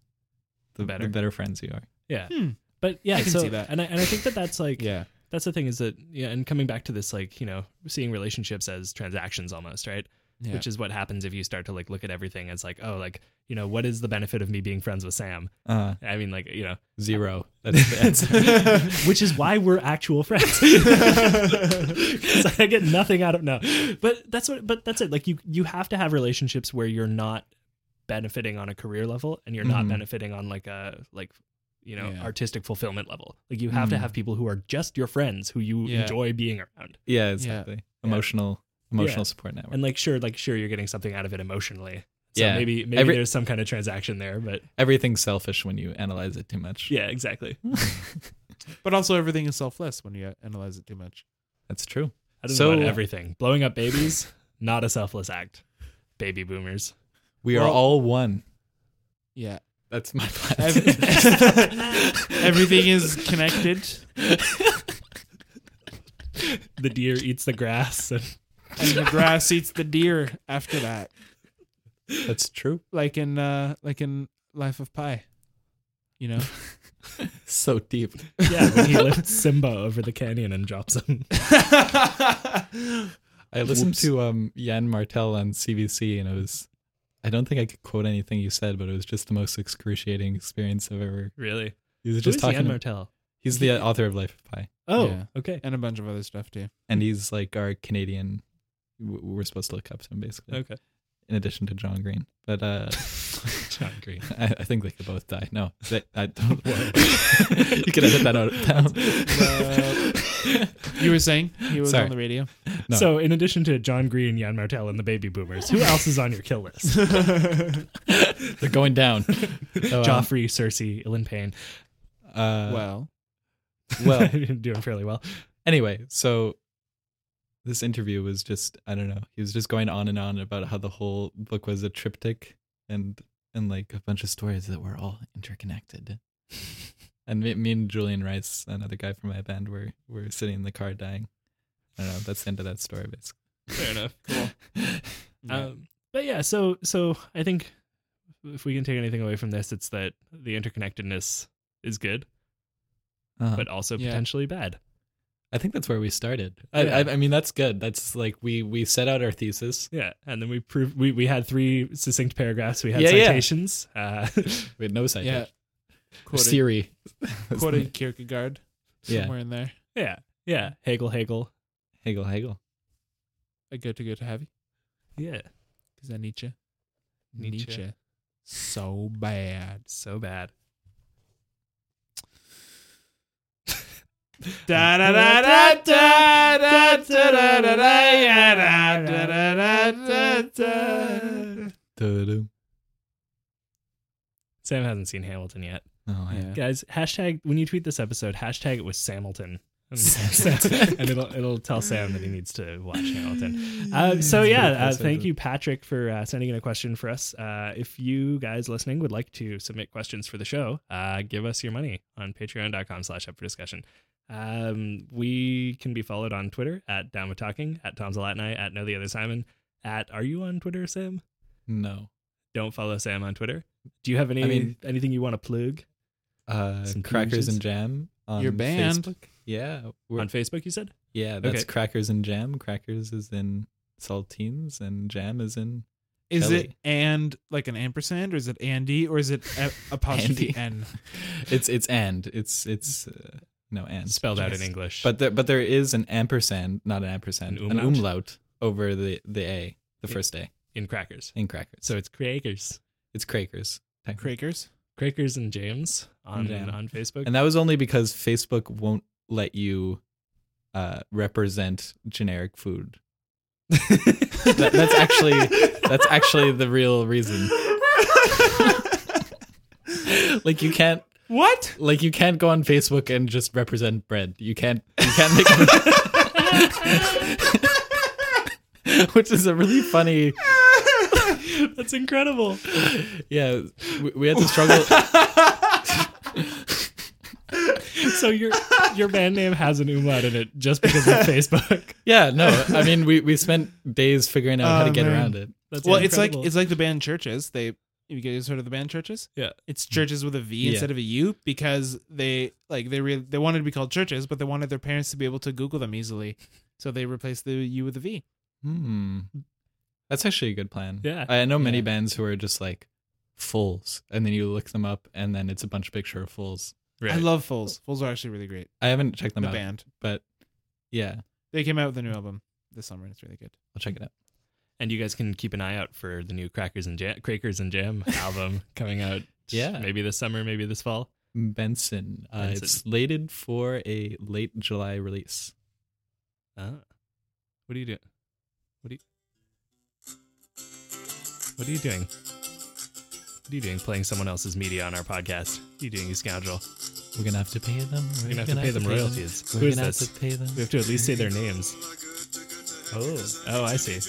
Speaker 3: the
Speaker 1: The
Speaker 3: better,
Speaker 1: better.
Speaker 3: the better friends you are.
Speaker 1: Yeah,
Speaker 2: Hmm.
Speaker 1: but yeah,
Speaker 2: I can
Speaker 1: so
Speaker 2: see that.
Speaker 1: and I and I think that that's like
Speaker 2: Yeah.
Speaker 1: that's the thing is that yeah, and coming back to this like you know seeing relationships as transactions almost right,
Speaker 2: Yeah.
Speaker 1: which is what happens if you start to like look at everything as like oh like you know what is the benefit of me being friends with Sam?
Speaker 3: Uh,
Speaker 1: I mean like you know
Speaker 3: zero. That's the answer.
Speaker 1: which is why we're actual friends. 'Cause I get nothing out of no, but that's what. But that's it. Like you, you have to have relationships where you're not benefiting on a career level, and you're not
Speaker 3: Mhm.
Speaker 1: benefiting on like a like you know
Speaker 2: Mm-hmm. Yeah.
Speaker 1: artistic fulfillment level. Like you have to
Speaker 3: Mm.
Speaker 1: have people who are just your friends who you
Speaker 2: Yeah.
Speaker 1: enjoy being around.
Speaker 3: Yeah, exactly. Emotional emotional support network.
Speaker 1: And like sure, like sure, you're getting something out of it emotionally. So
Speaker 3: Oh. Yeah.
Speaker 1: maybe maybe
Speaker 3: Every-
Speaker 1: there's some kind of transaction there, but
Speaker 3: Everything's selfish when you analyze it too much.
Speaker 1: yeah, exactly.
Speaker 2: But also everything is selfless when you analyze it too much.
Speaker 3: That's true.
Speaker 1: I don't
Speaker 3: So-
Speaker 1: know about everything. Blowing up babies, not a selfless act. Baby boomers.
Speaker 3: We are
Speaker 2: Well-
Speaker 3: all one.
Speaker 2: Yeah.
Speaker 3: That's my
Speaker 2: Ev- everything is connected.
Speaker 1: the deer eats the grass. And
Speaker 2: And the grass eats the deer after that.
Speaker 3: That's true.
Speaker 2: Like in uh like in Life of Pi. You know?
Speaker 3: So deep.
Speaker 1: yeah, when he lifts Simba over the canyon and drops him.
Speaker 3: I listened
Speaker 2: Whoops.
Speaker 3: to um Jan Martel on CBC and it was I don't think I could quote anything you said, but it was just the most excruciating experience I've ever.
Speaker 1: Really?
Speaker 3: He was
Speaker 1: Who
Speaker 3: just
Speaker 1: is Ian
Speaker 3: talking.
Speaker 1: Martel?
Speaker 3: he's the author of Life of Pi,
Speaker 1: Oh,
Speaker 2: Yeah.
Speaker 1: okay.
Speaker 2: and a bunch of other stuff too.
Speaker 3: and he's like our Canadian. w- We're supposed to look up to him basically,
Speaker 1: Okay.
Speaker 3: in addition to John Green. But uh,
Speaker 1: John Green.
Speaker 3: I, I think they could both die. No, they, I don't. you can edit that out. down.
Speaker 2: You were saying he was
Speaker 3: Sorry.
Speaker 2: on the radio.
Speaker 3: No.
Speaker 1: So, in addition to John Green, Jan Martel, and the Baby Boomers, who else is on your kill list?
Speaker 3: They're going down. So, um,
Speaker 1: Joffrey, Cersei, Ilan Payne.
Speaker 3: uh,
Speaker 2: well,
Speaker 3: well,
Speaker 1: doing fairly well.
Speaker 3: anyway, so this interview was just I don't know. He was just going on and on about how the whole book was a triptych and and like a bunch of stories that were all interconnected. and me, me and Julian Rice, another guy from my band, were were sitting in the car dying. I don't know. That's the end of that story, basically.
Speaker 1: Fair enough.
Speaker 2: yeah.
Speaker 1: Um, but yeah, so so I think if we can take anything away from this, it's that the interconnectedness is good.
Speaker 3: Uh-huh.
Speaker 1: but also
Speaker 2: Yeah.
Speaker 1: potentially bad.
Speaker 3: I think that's where we started. I,
Speaker 1: Yeah.
Speaker 3: I, I mean, that's good. That's like we we set out our thesis.
Speaker 1: Yeah, and then we proved we, we had three succinct paragraphs. We had
Speaker 3: Yeah, yeah.
Speaker 1: citations. Uh,
Speaker 3: We had no
Speaker 2: yeah.
Speaker 3: citation.
Speaker 2: Quoted,
Speaker 3: Siri.
Speaker 2: quoted Kierkegaard
Speaker 3: Yeah.
Speaker 2: somewhere in there.
Speaker 1: yeah, yeah. Hegel, Hegel.
Speaker 3: Hegel, Hegel.
Speaker 2: I go to go to have you
Speaker 1: Yeah,
Speaker 2: because I need you.
Speaker 1: Nietzsche.
Speaker 2: Need you so bad.
Speaker 1: so bad.
Speaker 2: Da da da da da da da da da da da da da da da da.
Speaker 3: Doo-doo.
Speaker 1: Sam hasn't seen Hamilton yet,
Speaker 3: Oh, yeah.
Speaker 1: guys. Hashtag when you tweet this episode, hashtag it was Samilton,
Speaker 3: Samilton.
Speaker 1: and it'll it'll tell Sam that he needs to watch Hamilton. Uh, so yeah, uh, thank you, Patrick, for uh, sending in a question for us. Uh, if you guys listening would like to submit questions for the show, uh, give us your money on patreon.com slash up for discussion. Um, we can be followed on Twitter at Down With Talking, at Tom Zalatni, at Know The Other Simon, at Are You on Twitter, Sam?
Speaker 3: No.
Speaker 1: Don't follow Sam on Twitter. Do you have any
Speaker 3: I mean-
Speaker 1: anything you want to plug
Speaker 3: Uh,
Speaker 1: Some
Speaker 3: crackers
Speaker 1: peaches.
Speaker 3: and jam. On
Speaker 2: Your band.
Speaker 3: Facebook. Yeah. we're-
Speaker 1: on Facebook? You said
Speaker 3: yeah, that's
Speaker 1: Okay.
Speaker 3: crackers and jam. Crackers is in saltines and jam is in
Speaker 2: Is
Speaker 3: Kelly.
Speaker 2: it and like an ampersand, or is it Andy, or is it a- apostrophe N?
Speaker 3: it's it's and it's it's uh, no and
Speaker 1: spelled out in
Speaker 3: Yes.
Speaker 1: English,
Speaker 3: But there, but there is an ampersand, not an ampersand,
Speaker 1: An
Speaker 3: an umlaut,
Speaker 1: umlaut?
Speaker 3: over the the a, the
Speaker 1: Yeah.
Speaker 3: first a
Speaker 1: in crackers.
Speaker 3: in crackers.
Speaker 1: So it's crackers,
Speaker 3: it's crackers, technically.
Speaker 2: Crakers.
Speaker 1: crackers and James on
Speaker 3: Jam.
Speaker 1: on Facebook.
Speaker 3: and that was only because Facebook won't let you uh, represent generic food. That- that's actually that's actually the real reason. like you can't
Speaker 2: What?
Speaker 3: like you can't go on Facebook and just represent bread. You can't you can't make it- Which is a really funny
Speaker 1: That's incredible.
Speaker 3: Yeah, we, we had to struggle
Speaker 1: So your your band name has an umlaut in it just because of Facebook.
Speaker 3: Yeah, no. I mean we we spent days figuring out how to
Speaker 2: Oh,
Speaker 3: get
Speaker 2: man.
Speaker 3: around it.
Speaker 1: That's
Speaker 2: well, it's like
Speaker 1: incredible.
Speaker 2: it's like the band churches. They you guys heard of the band churches?
Speaker 1: Yeah.
Speaker 2: It's churches with a V
Speaker 3: Yeah.
Speaker 2: instead of a U because they like they really they wanted to be called churches, but they wanted their parents to be able to Google them easily, so they replaced the U with a V.
Speaker 3: Hmm. That's actually a good plan.
Speaker 1: Yeah.
Speaker 3: I know many
Speaker 2: Yeah.
Speaker 3: bands who are just like fools and then you look them up and then it's a bunch of picture of fools.
Speaker 2: I love Fools. Fools are actually really great.
Speaker 3: I haven't checked them
Speaker 2: the
Speaker 3: out,
Speaker 2: band
Speaker 3: but yeah,
Speaker 2: they came out with a new album this summer and it's really good.
Speaker 3: I'll check it out.
Speaker 1: and you guys can keep an eye out for the new Crackers and Jam, Crackers and Jam album coming out.
Speaker 3: Yeah.
Speaker 1: maybe this summer, maybe this fall.
Speaker 3: Benson. Uh,
Speaker 1: Benson.
Speaker 3: It's slated for a late July release.
Speaker 1: Uh, what are you doing? What are you? What are you doing? What are you doing? Playing someone else's media on our podcast? What are you doing, you scoundrel?
Speaker 3: We're gonna have to pay them.
Speaker 1: We're gonna have to pay them royalties.
Speaker 3: We're
Speaker 1: Who is
Speaker 3: gonna have
Speaker 1: this?
Speaker 3: to pay them.
Speaker 1: We have to at least say their names. Oh, oh, I see.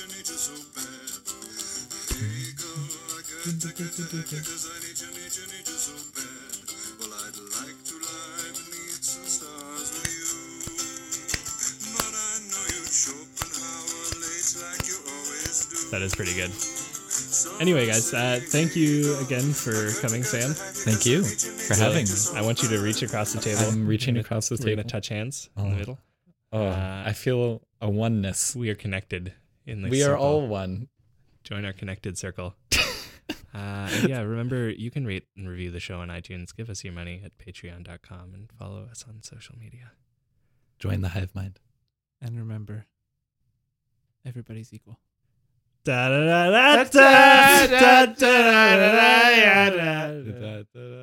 Speaker 1: That is pretty good. Anyway, guys, uh, thank you again for coming, Sam.
Speaker 3: Thank you for having me.
Speaker 1: I want you to reach across the table.
Speaker 3: I'm reaching across the
Speaker 1: We're gonna
Speaker 3: table.
Speaker 1: touch hands in
Speaker 3: Oh.
Speaker 1: the middle.
Speaker 3: Oh,
Speaker 1: Uh,
Speaker 3: I feel a oneness.
Speaker 1: We are connected in this.
Speaker 3: We are
Speaker 1: circle.
Speaker 3: all one.
Speaker 1: join our connected circle. uh, and yeah, remember you can rate and review the show on iTunes. Give us your money at patreon.com and follow us on social media.
Speaker 3: Join the hive mind.
Speaker 2: And remember, everybody's equal.
Speaker 1: Da da da da da da da da da da.